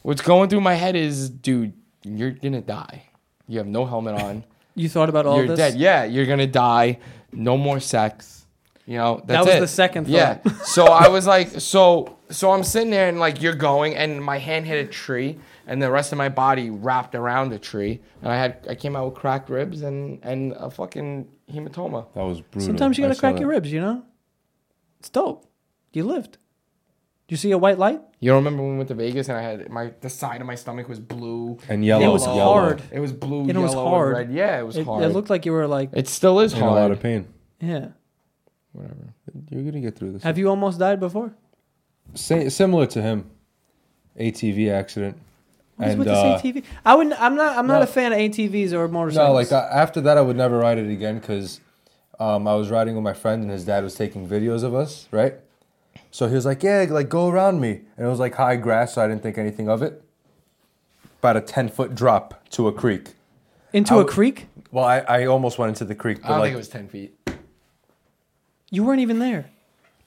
S3: what's going through my head is, dude, you're gonna die. You have no helmet on.
S1: You thought about all
S3: you're
S1: this.
S3: dead. Yeah, you're gonna die. No more sex. You know that's
S1: was
S3: it.
S1: the second
S3: Yeah. so I was like, so so I'm sitting there and like you're going, and my hand hit a tree, and the rest of my body wrapped around a tree, and I had I came out with cracked ribs and and a fucking hematoma.
S2: That was brutal.
S1: Sometimes you
S2: Mm-hmm. I
S1: gotta
S2: saw
S1: crack
S2: that.
S1: your ribs, you know? It's dope. You lived. Do you see a white light?
S3: You don't remember when we went to Vegas and I had my the side of my stomach was blue.
S2: And yellow.
S1: it was
S2: yellow.
S1: hard.
S3: It was blue,
S1: And it
S3: yellow,
S1: was hard.
S3: and red. Yeah, it was
S1: It,
S3: hard.
S1: it looked like you were like,
S3: It still is
S2: In a lot
S3: hard.
S2: of pain.
S1: yeah.
S3: whatever.
S2: You're gonna get through this.
S1: Have you almost died before?
S2: Sa- similar to him, ATV accident.
S1: What is
S2: And,
S1: with this
S2: uh,
S1: ATV? I wouldn't. I'm not. I'm not
S2: no.
S1: a fan of ATVs or
S2: No,
S1: motorcycles.
S2: like uh, after that, I would never ride it again because um, I was riding with my friend and his dad was taking videos of us, right? So he was like, "Yeah, like go around me," and it was like high grass, so I didn't think anything of it. About a ten foot drop to a creek.
S1: into
S2: I
S1: a
S2: would-
S1: creek.
S2: Well, I, I almost went into the creek,
S3: I don't
S2: but like,
S3: think it was ten feet.
S1: You weren't even there.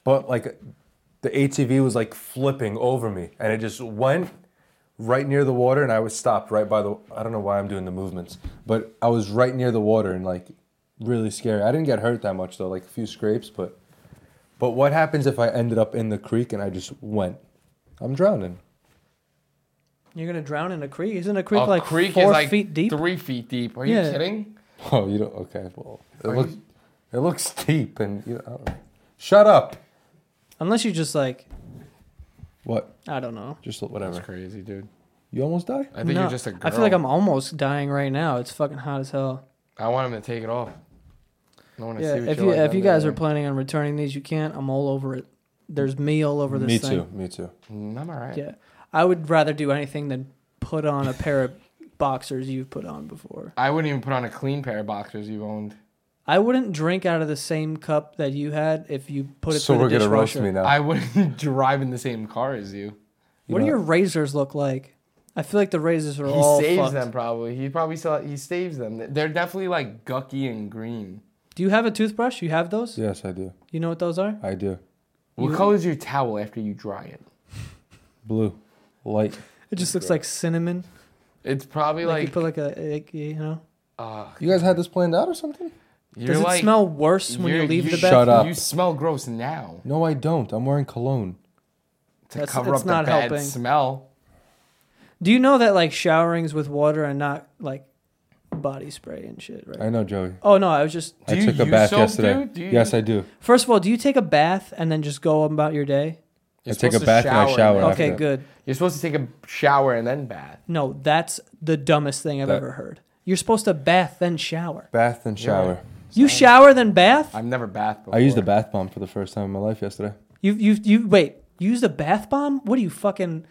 S2: but like, the ATV was like flipping over me, and it just went right near the water, and I was stopped right by the. I don't know why I'm doing the movements, but I was right near the water, and like, really scary. I didn't get hurt that much though, like a few scrapes, but. But what happens if I ended up in the creek and I just went? I'm drowning.
S1: You're gonna drown in a creek. Isn't a creek
S3: A
S1: like
S3: creek
S1: four
S3: is like
S1: feet deep?
S3: three feet deep. Are you
S1: Yeah.
S3: kidding?
S2: Oh, you don't. Okay, well, it looks it looks deep, and you. I don't know. Shut up.
S1: Unless you just like
S2: What?
S1: I don't know.
S2: Just whatever.
S3: That's crazy, dude.
S2: You almost die.
S3: I think
S1: No,
S3: you're just a girl.
S1: I feel like I'm almost dying right now. It's fucking hot as hell.
S3: I want him to take it off. I want to
S1: Yeah.
S3: see what
S1: If
S3: you're
S1: you
S3: like
S1: if you
S3: under
S1: guys
S3: there.
S1: are planning on returning these, you can't. I'm all over it. There's me all over this
S2: Me
S1: thing.
S2: too. Me too.
S3: Mm, I'm all right.
S1: Yeah. I would rather do anything than put on a pair of boxers you've put on before.
S3: I wouldn't even put on a clean pair of boxers you've owned.
S1: I wouldn't drink out of the same cup that you had if you put it
S2: so
S1: through
S2: we're
S1: the
S2: gonna
S1: dishwasher.
S2: roast me now.
S3: I wouldn't drive in the same car as you.
S2: You
S1: what do
S2: know-
S1: your razors look like? I feel like the razors are
S3: He
S1: all
S3: saves
S1: fucked.
S3: them probably. He probably saw. He saves them. They're definitely like gucky and green.
S1: Do you have a toothbrush? You have those?
S2: Yes, I do.
S1: You know what those are?
S2: I do.
S3: What color is your towel after you dry it?
S2: Blue, light.
S1: It just looks like cinnamon.
S3: It's probably
S1: Like,
S3: like,
S1: you put like a like, you know.
S3: ah,
S2: You guys had this planned out or something?
S3: you're
S1: Does it
S3: like-
S1: smell worse when you
S3: you're-
S1: leave
S3: you-
S1: the
S2: Shut
S1: bathroom?
S2: up.
S3: You smell gross now
S2: No, I don't. I'm wearing cologne.
S3: to
S1: That's-
S3: cover
S1: it's
S3: up
S1: not
S3: the bad
S1: helping.
S3: smell.
S1: Do you know that like showerings with water and not like body spray and shit, right?
S2: I know, Joey.
S1: oh no, I was just
S3: Do
S2: I
S3: you
S2: took a
S3: use
S2: bath
S3: soap,
S2: yesterday.
S3: dude? Do you-
S2: Yes, I do.
S1: First of all, do you take a bath and then just go about your day?
S3: You're
S2: I take a
S3: supposed to
S2: bath and I shower
S3: then-
S2: after.
S1: Okay, good.
S3: You're supposed to take a shower and then bath.
S1: No, that's the dumbest thing I've
S2: That-
S1: ever heard. You're supposed to bath then shower.
S2: Bath and shower.
S1: You shower then bath?
S3: I've never bathed before.
S2: I used a bath bomb for the first time in my life yesterday.
S1: You you you wait. You used a bath bomb? What are you fucking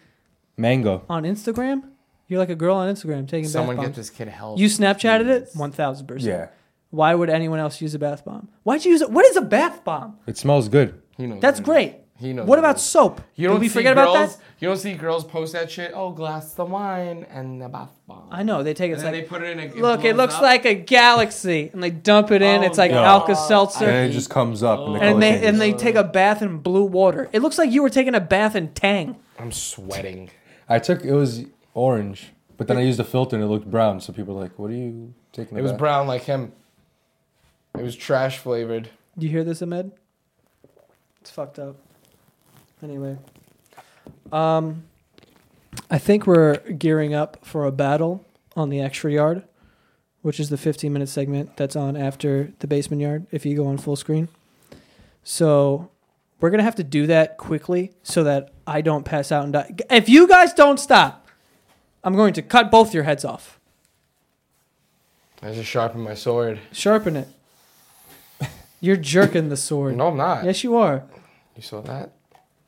S2: Mango.
S1: on Instagram? You're like a girl on Instagram taking
S3: Someone
S1: bath
S3: get
S1: bombs.
S3: this kid help.
S1: You Snapchatted it? One thousand percent.
S2: Yeah.
S1: Why would anyone else use a bath bomb? Why'd you use it? What is a bath bomb?
S2: It smells good.
S3: He knows
S1: That's
S3: what it
S1: great.
S3: is. He knows
S1: What
S3: it
S1: about
S3: is.
S1: soap?
S3: You don't
S1: Did we
S3: see
S1: forget
S3: girls,
S1: about that?
S3: You don't see girls post that shit. Oh, glass of wine and the bath bomb.
S1: I know they take it.
S3: And
S1: It's
S3: then
S1: like
S3: they put it in a. it
S1: look, it
S3: blows
S1: looks
S3: up.
S1: like a galaxy, and they dump it in.
S3: Oh,
S1: it's like
S3: no.
S1: Alka Seltzer.
S2: And it just comes up. And, the color
S1: and they and
S2: changes.
S1: they take a bath in blue water. It looks like you were taking a bath in Tang.
S3: I'm sweating.
S2: I took, it was orange, but then I used a filter and it looked brown. So people were like, what are you taking a
S3: It was
S2: bath?"
S3: brown like him. It was trash flavored.
S1: Do you hear this, Ahmed? It's fucked up. Anyway, um, I think we're gearing up for a battle on the extra yard, which is the 15 minute segment that's on after the basement yard. If you go on full screen, so we're gonna have to do that quickly so that I don't pass out and die. If you guys don't stop, I'm going to cut both your heads off.
S3: I just sharpened my sword.
S1: Sharpen it. You're jerking the sword.
S3: No, I'm not.
S1: Yes, you are.
S3: You saw that?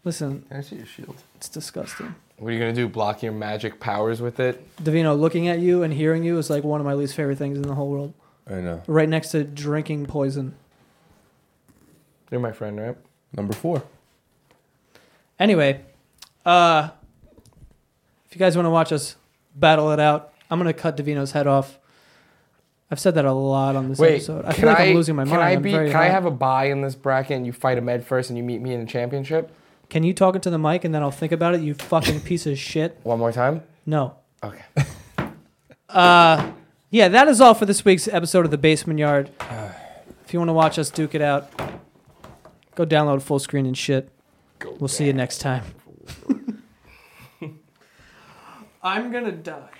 S1: Listen,
S3: I see your shield.
S1: it's disgusting.
S3: What are you gonna do? Block your magic powers with it?
S1: Davino, looking at you and hearing you is like one of my least favorite things in the whole world.
S2: I know.
S1: Right next to drinking poison.
S3: You're my friend, right?
S2: Number four.
S1: Anyway, uh, if you guys want to watch us battle it out, I'm gonna cut Davino's head off. I've said that a lot on this
S3: Wait,
S1: episode. I
S3: can
S1: feel like
S3: I,
S1: I'm losing my
S3: can
S1: mind.
S3: I
S1: I'm
S3: be?
S1: very
S3: Can I
S1: hot.
S3: have a buy in this bracket? and You fight a med first, and you meet me in the championship
S1: Can you talk into the mic and then I'll think about it? You fucking piece of shit.
S3: one more time.
S1: No.
S3: Okay.
S1: Uh, yeah, that is all for this week's episode of The Basement Yard. If you want to watch us duke it out, go download full screen and shit.
S3: Go
S1: We'll see you next time. I'm going to die.